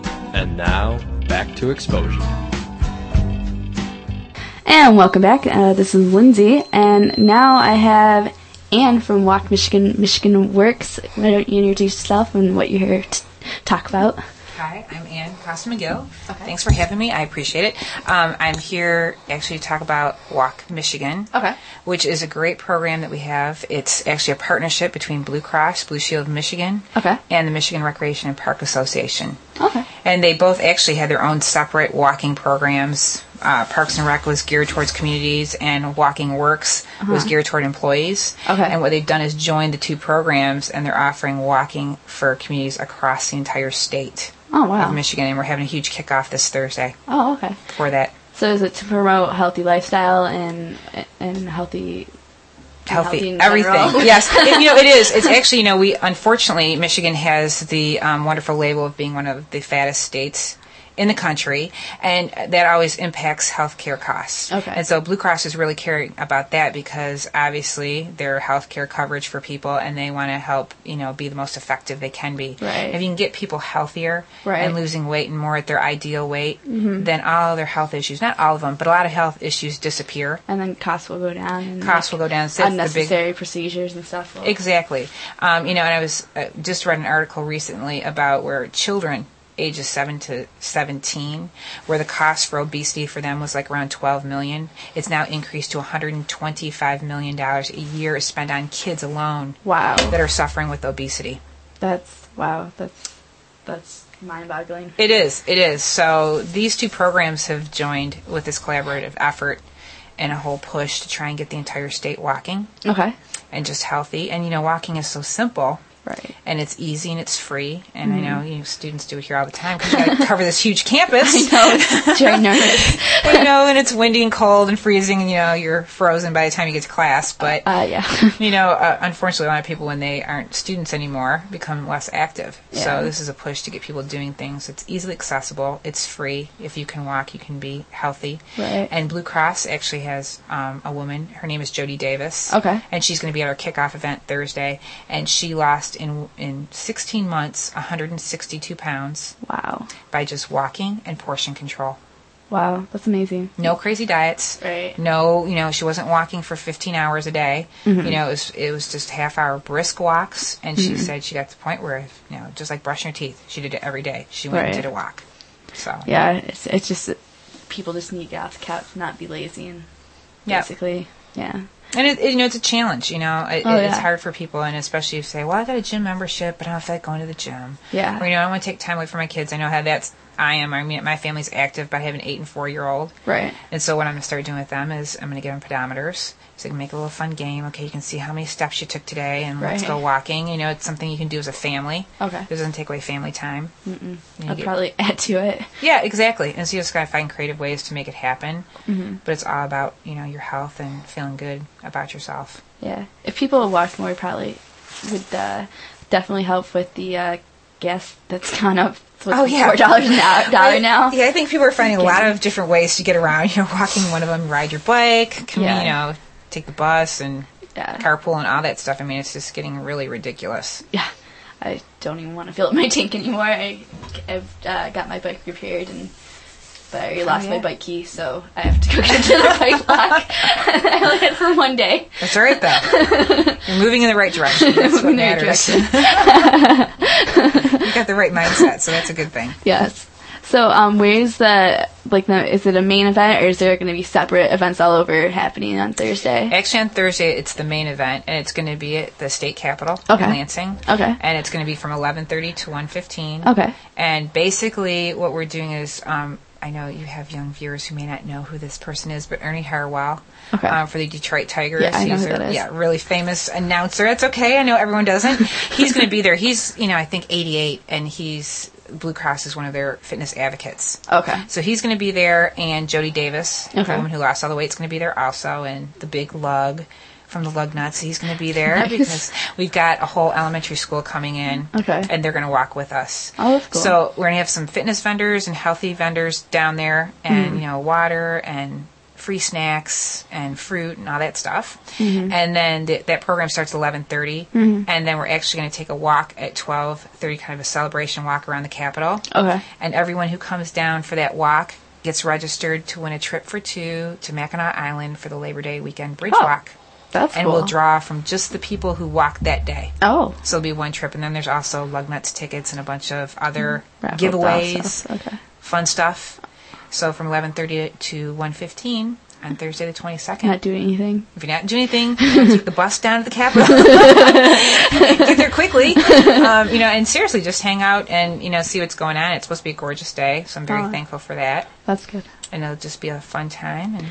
S8: And now, back to Exposure.
S2: And welcome back. Uh, this is Lindsay, and now I have Anne from Walk Michigan Michigan Works. Why don't you introduce yourself and what you're here to talk about?
S15: Hi, I'm Ann Costa McGill. Thanks for having me. I appreciate it. Um, I'm here actually to talk about Walk Michigan, okay. which is a great program that we have. It's actually a partnership between Blue Cross Blue Shield of Michigan
S2: Okay.
S15: and the Michigan Recreation and Park Association. Okay. And they both actually had their own separate walking programs. Uh, Parks and Rec was geared towards communities, and Walking Works was
S2: Uh-huh.
S15: geared toward employees. Okay. And what they've done is joined the two programs, and they're offering walking for communities across the entire state
S2: Oh, wow.
S15: of Michigan, and we're having a huge kickoff this Thursday
S2: Oh, okay.
S15: for that
S2: So is it to promote healthy lifestyle and and healthy
S15: healthy,
S2: in
S15: <laughs> everything.
S2: general?
S15: yes, It- you know it is.
S2: <laughs>
S15: It's actually you know we unfortunately Michigan has the um, wonderful label of being one of the fattest states in the country, and that always impacts healthcare costs.
S2: Okay.
S15: And so Blue Cross is really caring about that because obviously their healthcare coverage for people, and they want to help you know be the most effective they can be.
S2: Right.
S15: If you can get people healthier
S2: Right.
S15: and losing weight and more at their ideal weight,
S2: Mhm.
S15: then all their health issues, not all of them, but a lot of health issues disappear.
S2: and then costs will go down. And
S15: Costs will go down. So that's the big
S2: unnecessary procedures and stuff. will-
S15: Exactly. Um, you know, and I was uh, just read an article recently about where children ages 7 to 17 where the cost for obesity for them was like around 12 million it's now increased to 125 million dollars a year is spent on kids alone
S2: wow
S15: that are suffering with obesity
S2: That's wow. That's that's mind-boggling.
S15: It is. It is. So these two programs have joined with this collaborative effort and a whole push to try and get the entire state walking.
S2: Okay.
S15: And just healthy. And you know, walking is so simple.
S2: Right.
S15: And it's easy and it's free. And
S2: Mhm.
S15: I know you know, students do it here all the time because you got to <laughs> cover this huge campus.
S2: <laughs>
S15: <laughs>
S2: I know, it's <laughs> ginormous.
S15: Well, you know, and it's windy and cold and freezing, and you know you're frozen by the time you get to class. But
S2: uh, yeah, <laughs>
S15: you know, uh, unfortunately, a lot of people when they aren't students anymore become less active.
S2: Yeah.
S15: So this is a push to get people doing things. It's easily accessible. It's free. If you can walk, you can be healthy.
S2: Right.
S15: And Blue Cross actually has um, a woman. Her name is Jody Davis.
S2: Okay.
S15: And she's going to be at our kickoff event Thursday. And she lost in in 16 months 162 pounds.
S2: Wow.
S15: By just walking and portion control.
S2: Wow, that's amazing.
S15: No crazy diets.
S2: Right.
S15: No, you know, she wasn't walking for 15 hours a day.
S2: Mhm.
S15: You know, it was, it was just half hour brisk walks. And she
S2: Mhm.
S15: said she got to the point where, you know, just like brushing her teeth, she did it every day. She went and
S2: Right.
S15: did a walk. So,
S2: Yeah, it's it's just people just need to get off the couch, not be lazy, and
S15: Yeah.
S2: basically, yeah.
S15: And it, it- you know, it's a challenge. You know, it,
S2: Oh,
S15: it- it's
S2: yeah.
S15: hard for people, and especially if you say, "Well, I got a gym membership, but I don't feel like going to the gym."
S2: Yeah.
S15: Or you know, I want to take time away from my kids. I know how that's. I am. I mean, my family's active, but I have an eight and four year old.
S2: Right.
S15: And so what I'm going to start doing with them is I'm going to give them pedometers. So you can make a little fun game. Okay, you can see how many steps you took today, and let's
S2: Right.
S15: go walking. You know, it's something you can do as a family.
S2: Okay.
S15: It doesn't take away family time.
S2: Mm-mm.
S15: You
S2: I'll
S15: get-
S2: probably <laughs> add to it.
S15: Yeah, exactly. And so you just got to find creative ways to make it happen.
S2: Mhm.
S15: But it's all about you know your health and feeling good about yourself.
S2: Yeah, if people walked more, it probably would uh, definitely help with the uh, gas that's gone up. It's like four dollars an hour, <laughs> dollar
S15: Right.
S2: now.
S15: Yeah, I think people are finding a lot of different ways to get around. You know, walking one of them, ride your bike, com-
S2: Yeah.
S15: you know, take the bus and carpool and all that stuff. I mean, it's just getting really ridiculous.
S2: Yeah, I don't even want to fill up my <laughs> tank anymore. I, I've uh, got my bike repaired, and but I already
S15: Oh,
S2: lost my
S15: yeah.
S2: bike key, so I have to go <laughs> get another bike lock. I only had it <laughs> for one day.
S15: That's all right
S2: <laughs>
S15: though. You're moving in the right direction. That's what
S2: Moving in the right
S15: matters. <laughs> you got the right mindset, so that's a good thing.
S2: Yes. So, um, where's the like the is it a main event or is there going to be separate events all over happening on Thursday?
S15: Actually, on Thursday it's the main event, and it's going to be at the state capitol
S2: Okay.
S15: in Lansing.
S2: Okay.
S15: And it's going to be from 11:30 to 1:15.
S2: Okay.
S15: And basically, what we're doing is, um, I know you have young viewers who may not know who this person is, but Ernie Harwell
S2: Okay.
S15: um, for the Detroit Tigers.
S2: Yeah, I know
S15: He's
S2: who
S15: a-
S2: that is.
S15: yeah, really famous announcer. That's okay. I know
S2: <laughs>
S15: everyone doesn't. he's going to be there. He's, you know, I think 88, and he's Blue Cross is one of their fitness advocates.
S2: Okay.
S15: So he's going to be there, and Jody Davis,
S2: Okay.
S15: the woman who lost all the weight, is going to be there also, and the big lug from the lug nuts, he's going to be there
S2: Nice.
S15: because we've got a whole elementary school coming in,
S2: Okay.
S15: and they're going to walk with us.
S2: Oh, that's cool.
S15: So we're going to have some fitness vendors and healthy vendors down there, and
S2: Mhm.
S15: you know, water and free snacks and fruit and all that stuff.
S2: Mhm.
S15: And then th- that program starts at 11:30,
S2: Mhm.
S15: and then we're actually going to take a walk at 12:30, kind of a celebration walk around the Capitol.
S2: Okay.
S15: And everyone who comes down for that walk gets registered to win a trip for two to Mackinac Island for the Labor Day weekend bridge
S2: Oh.
S15: walk.
S2: That's
S15: and
S2: cool.
S15: we'll draw from just the people who walked that day.
S2: Oh.
S15: So it'll be one trip. And then there's also lug nuts tickets and a bunch of other
S2: Mm, Raffle
S15: giveaways,
S2: process, okay.
S15: fun stuff. So from 11.30 to 1.15 on Thursday the 22nd.
S2: Not doing anything.
S15: If you're not doing anything, take the bus down to the Capitol. <laughs> Get there quickly. Um, you know, and seriously, just hang out and, you know, see what's going on. It's supposed to be a gorgeous day, so I'm very
S2: Oh.
S15: thankful for that.
S2: That's good.
S15: And it'll just be a fun time. And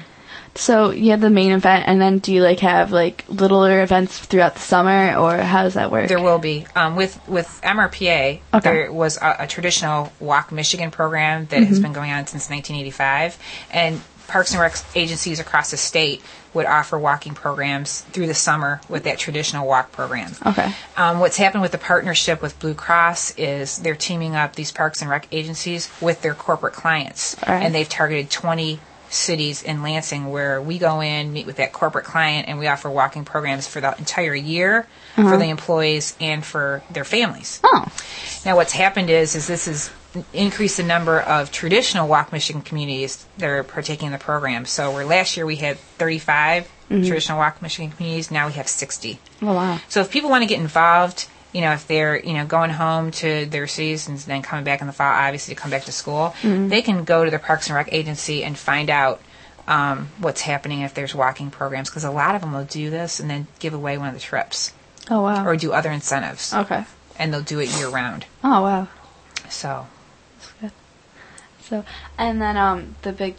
S2: So you have the main event, and then do you like have like littler events throughout the summer, or how does that work?
S15: There will be um, with with MRPA.
S2: Okay.
S15: There was a, a traditional Walk Michigan program that has
S2: Mhm.
S15: been going on since 1985, and Parks and Rec agencies across the state would offer walking programs through the summer with that traditional walk program.
S2: Okay.
S15: Um, what's happened with the partnership with Blue Cross is they're teaming up these parks and rec agencies with their corporate clients,
S2: All right.
S15: and they've targeted 20 cities in Lansing where we go in, meet with that corporate client, and we offer walking programs for the entire year
S2: Uh-huh.
S15: for the employees and for their families. Oh, now what's happened is is this has increased the number of traditional Walk Michigan communities that are partaking in the program. So where last year we had 35
S2: Mhm.
S15: traditional Walk Michigan communities, now we have 60.
S2: Oh wow.
S15: So if people want to get involved, you know, if they're you know going home to their cities and then coming back in the fall, obviously to come back to school,
S2: Mhm.
S15: they can go to their Parks and Rec agency and find out um, what's happening if there's walking programs because a lot of them will do this and then give away one of the trips
S2: Oh wow.
S15: or do other incentives.
S2: Okay.
S15: and they'll do it year round.
S2: Oh wow.
S15: So
S2: So and then um the big,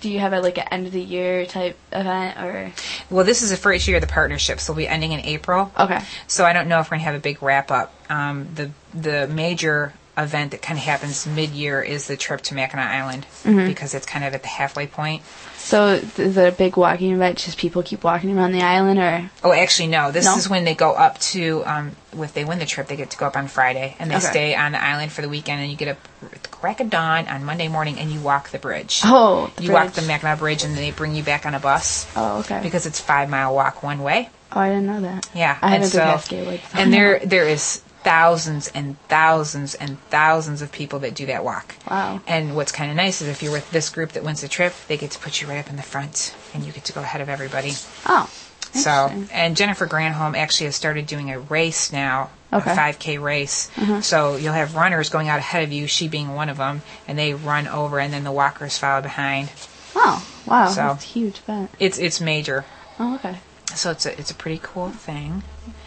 S2: do you have a, like an end of the year type event or?
S15: Well, this is the first year of the partnership, so we'll be ending in April.
S2: Okay.
S15: So I don't know if we're gonna have a big wrap up. Um, the the major event that kind of happens mid year is the trip to Mackinac Island
S2: Mhm.
S15: because it's kind of at the halfway point.
S2: So th- is it a big walking event? Just people keep walking around the island, or
S15: Oh, actually, no. This
S2: No?
S15: is when they go up to. Um, if they win the trip, they get to go up on Friday, and they
S2: Okay.
S15: stay on the island for the weekend. And you get up at the crack of dawn on Monday morning, and you walk the bridge.
S2: Oh, the
S15: you walk
S2: bridge.
S15: the Mackinac Bridge, and then they bring you back on a bus.
S2: Oh, okay.
S15: Because it's five mile walk one way.
S2: oh I didn't know that.
S15: Yeah,
S2: I
S15: and
S2: haven't been
S15: so-
S2: Cascade Lake. <laughs>
S15: and there there is thousands and thousands and thousands of people that do that walk.
S2: Wow.
S15: And what's kind of nice is if you're with this group that wins the trip, they get to put you right up in the front, and you get to go ahead of everybody.
S2: Oh.
S15: So, and Jennifer Granholm actually has started doing a race now,
S2: Okay.
S15: a 5K race.
S2: Mhm.
S15: So you'll have runners going out ahead of you, she being one of them, and they run over, and then the walkers follow behind.
S2: Oh wow,
S15: So-
S2: that's a huge event.
S15: It's it's major.
S2: Oh okay.
S15: So it's a it's a pretty cool thing.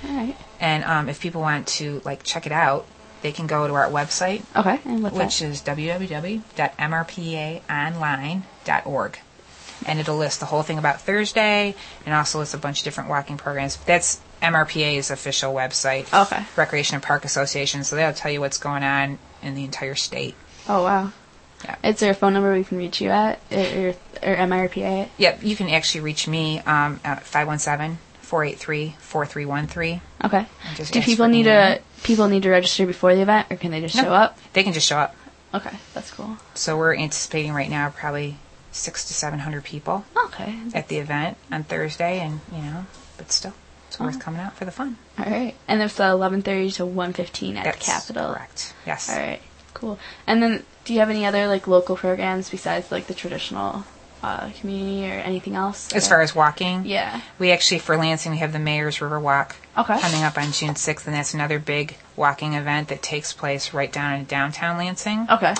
S2: All right.
S15: And um, if people want to like check it out, they can go to our website.
S2: Okay, and what's
S15: which
S2: that?
S15: is www.mrpaonline.org. And it'll list the whole thing about Thursday and also lists a bunch of different walking programs. That's MRPA's official website.
S2: Okay.
S15: Recreation and Park Association. So they'll tell you what's going on in the entire state.
S2: Oh wow. Is there a phone number we can reach you at, or, or, or MIRPA?
S15: Yep, you can actually reach me um, at 517 483 4313.
S2: Okay.
S15: And just
S2: Do
S15: ask
S2: people
S15: for
S2: need
S15: Ann.
S2: to people need to register before the event, or can they just
S15: No,
S2: show up?
S15: They can just show up.
S2: Okay, that's cool.
S15: So we're anticipating right now probably six to 700 people.
S2: Okay.
S15: at the event on Thursday, and you know, but still, it's
S2: Uh-huh.
S15: worth coming out for the fun.
S2: All right, and it's uh, eleven thirty to one fifteen at
S15: That's
S2: the Capitol.
S15: Correct. Yes.
S2: All right, cool. And then, do you have any other like local programs besides like the traditional uh, community or anything else?
S15: As
S2: or-
S15: far as walking,
S2: yeah.
S15: we actually for Lansing we have the Mayor's River Walk
S2: Okay.
S15: coming up on June 6th, and that's another big walking event that takes place right down in downtown Lansing.
S2: Okay.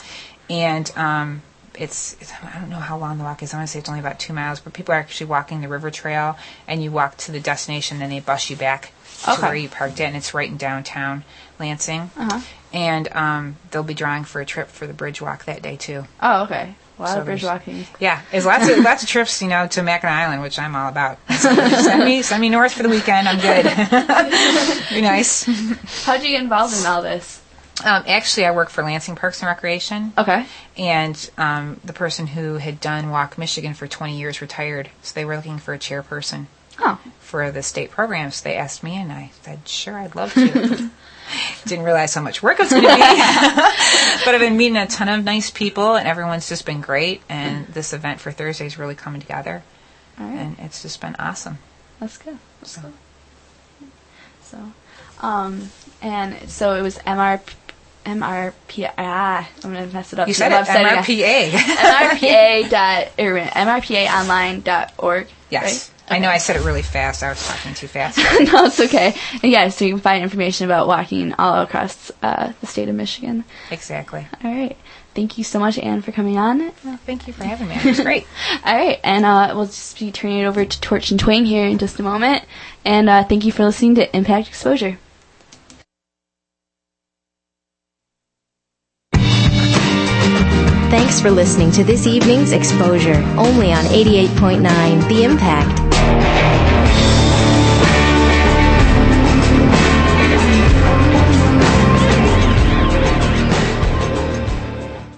S15: And um, it's, it's I don't know how long the walk is. I want to say it's only about two miles, but people are actually walking the river trail, and you walk to the destination, then they bus you back
S2: Okay.
S15: to where you parked at, and it's right in downtown Lansing.
S2: Uh-huh.
S15: And um, they'll be drawing for a trip for the bridge walk that day too.
S2: Oh, okay. A lot
S15: So
S2: of bridge
S15: there's-
S2: walking.
S15: Yeah, there's lots of lots of trips, you know, to Mackinac Island, which I'm all about. send me send me north for the weekend. I'm good. <laughs> Be nice.
S2: How'd you get involved in all this?
S15: Um, actually, I work for Lansing Parks and Recreation.
S2: Okay.
S15: And um, the person who had done Walk Michigan for 20 years retired, so they were looking for a chairperson
S2: Oh.
S15: for the state program. So they asked me, and I said, "Sure, I'd love to." <laughs> Didn't realize how much work it was going to be, <laughs> but I've been meeting a ton of nice people, and everyone's just been great. And this event for Thursday is really coming together,
S2: All right.
S15: and it's just been awesome.
S2: That's good. That's good. So, um, and so it was MR, MRP, ah, I'm going to mess it up.
S15: You
S2: because I
S15: said it,
S2: love saying MRPA
S15: MRPA.
S2: dot, or MRPAonline dot org.
S15: <laughs> Yes.
S2: Right?
S15: I know I said it really fast. I was talking too
S2: <laughs>
S15: fast. <laughs>
S2: no, it's okay. And yeah, so you can find information about walking all across uh, the state of Michigan.
S15: Exactly.
S2: All right. Thank you so much, Anne, for coming on.
S15: Well, thank you for having me. It was great.
S2: all right. And uh, we'll just be turning it over to Torch and Twain here in just a moment. And uh, thank you for listening to Impact Exposure.
S1: Thanks for listening to this evening's exposure, only on 88.9 The Impact.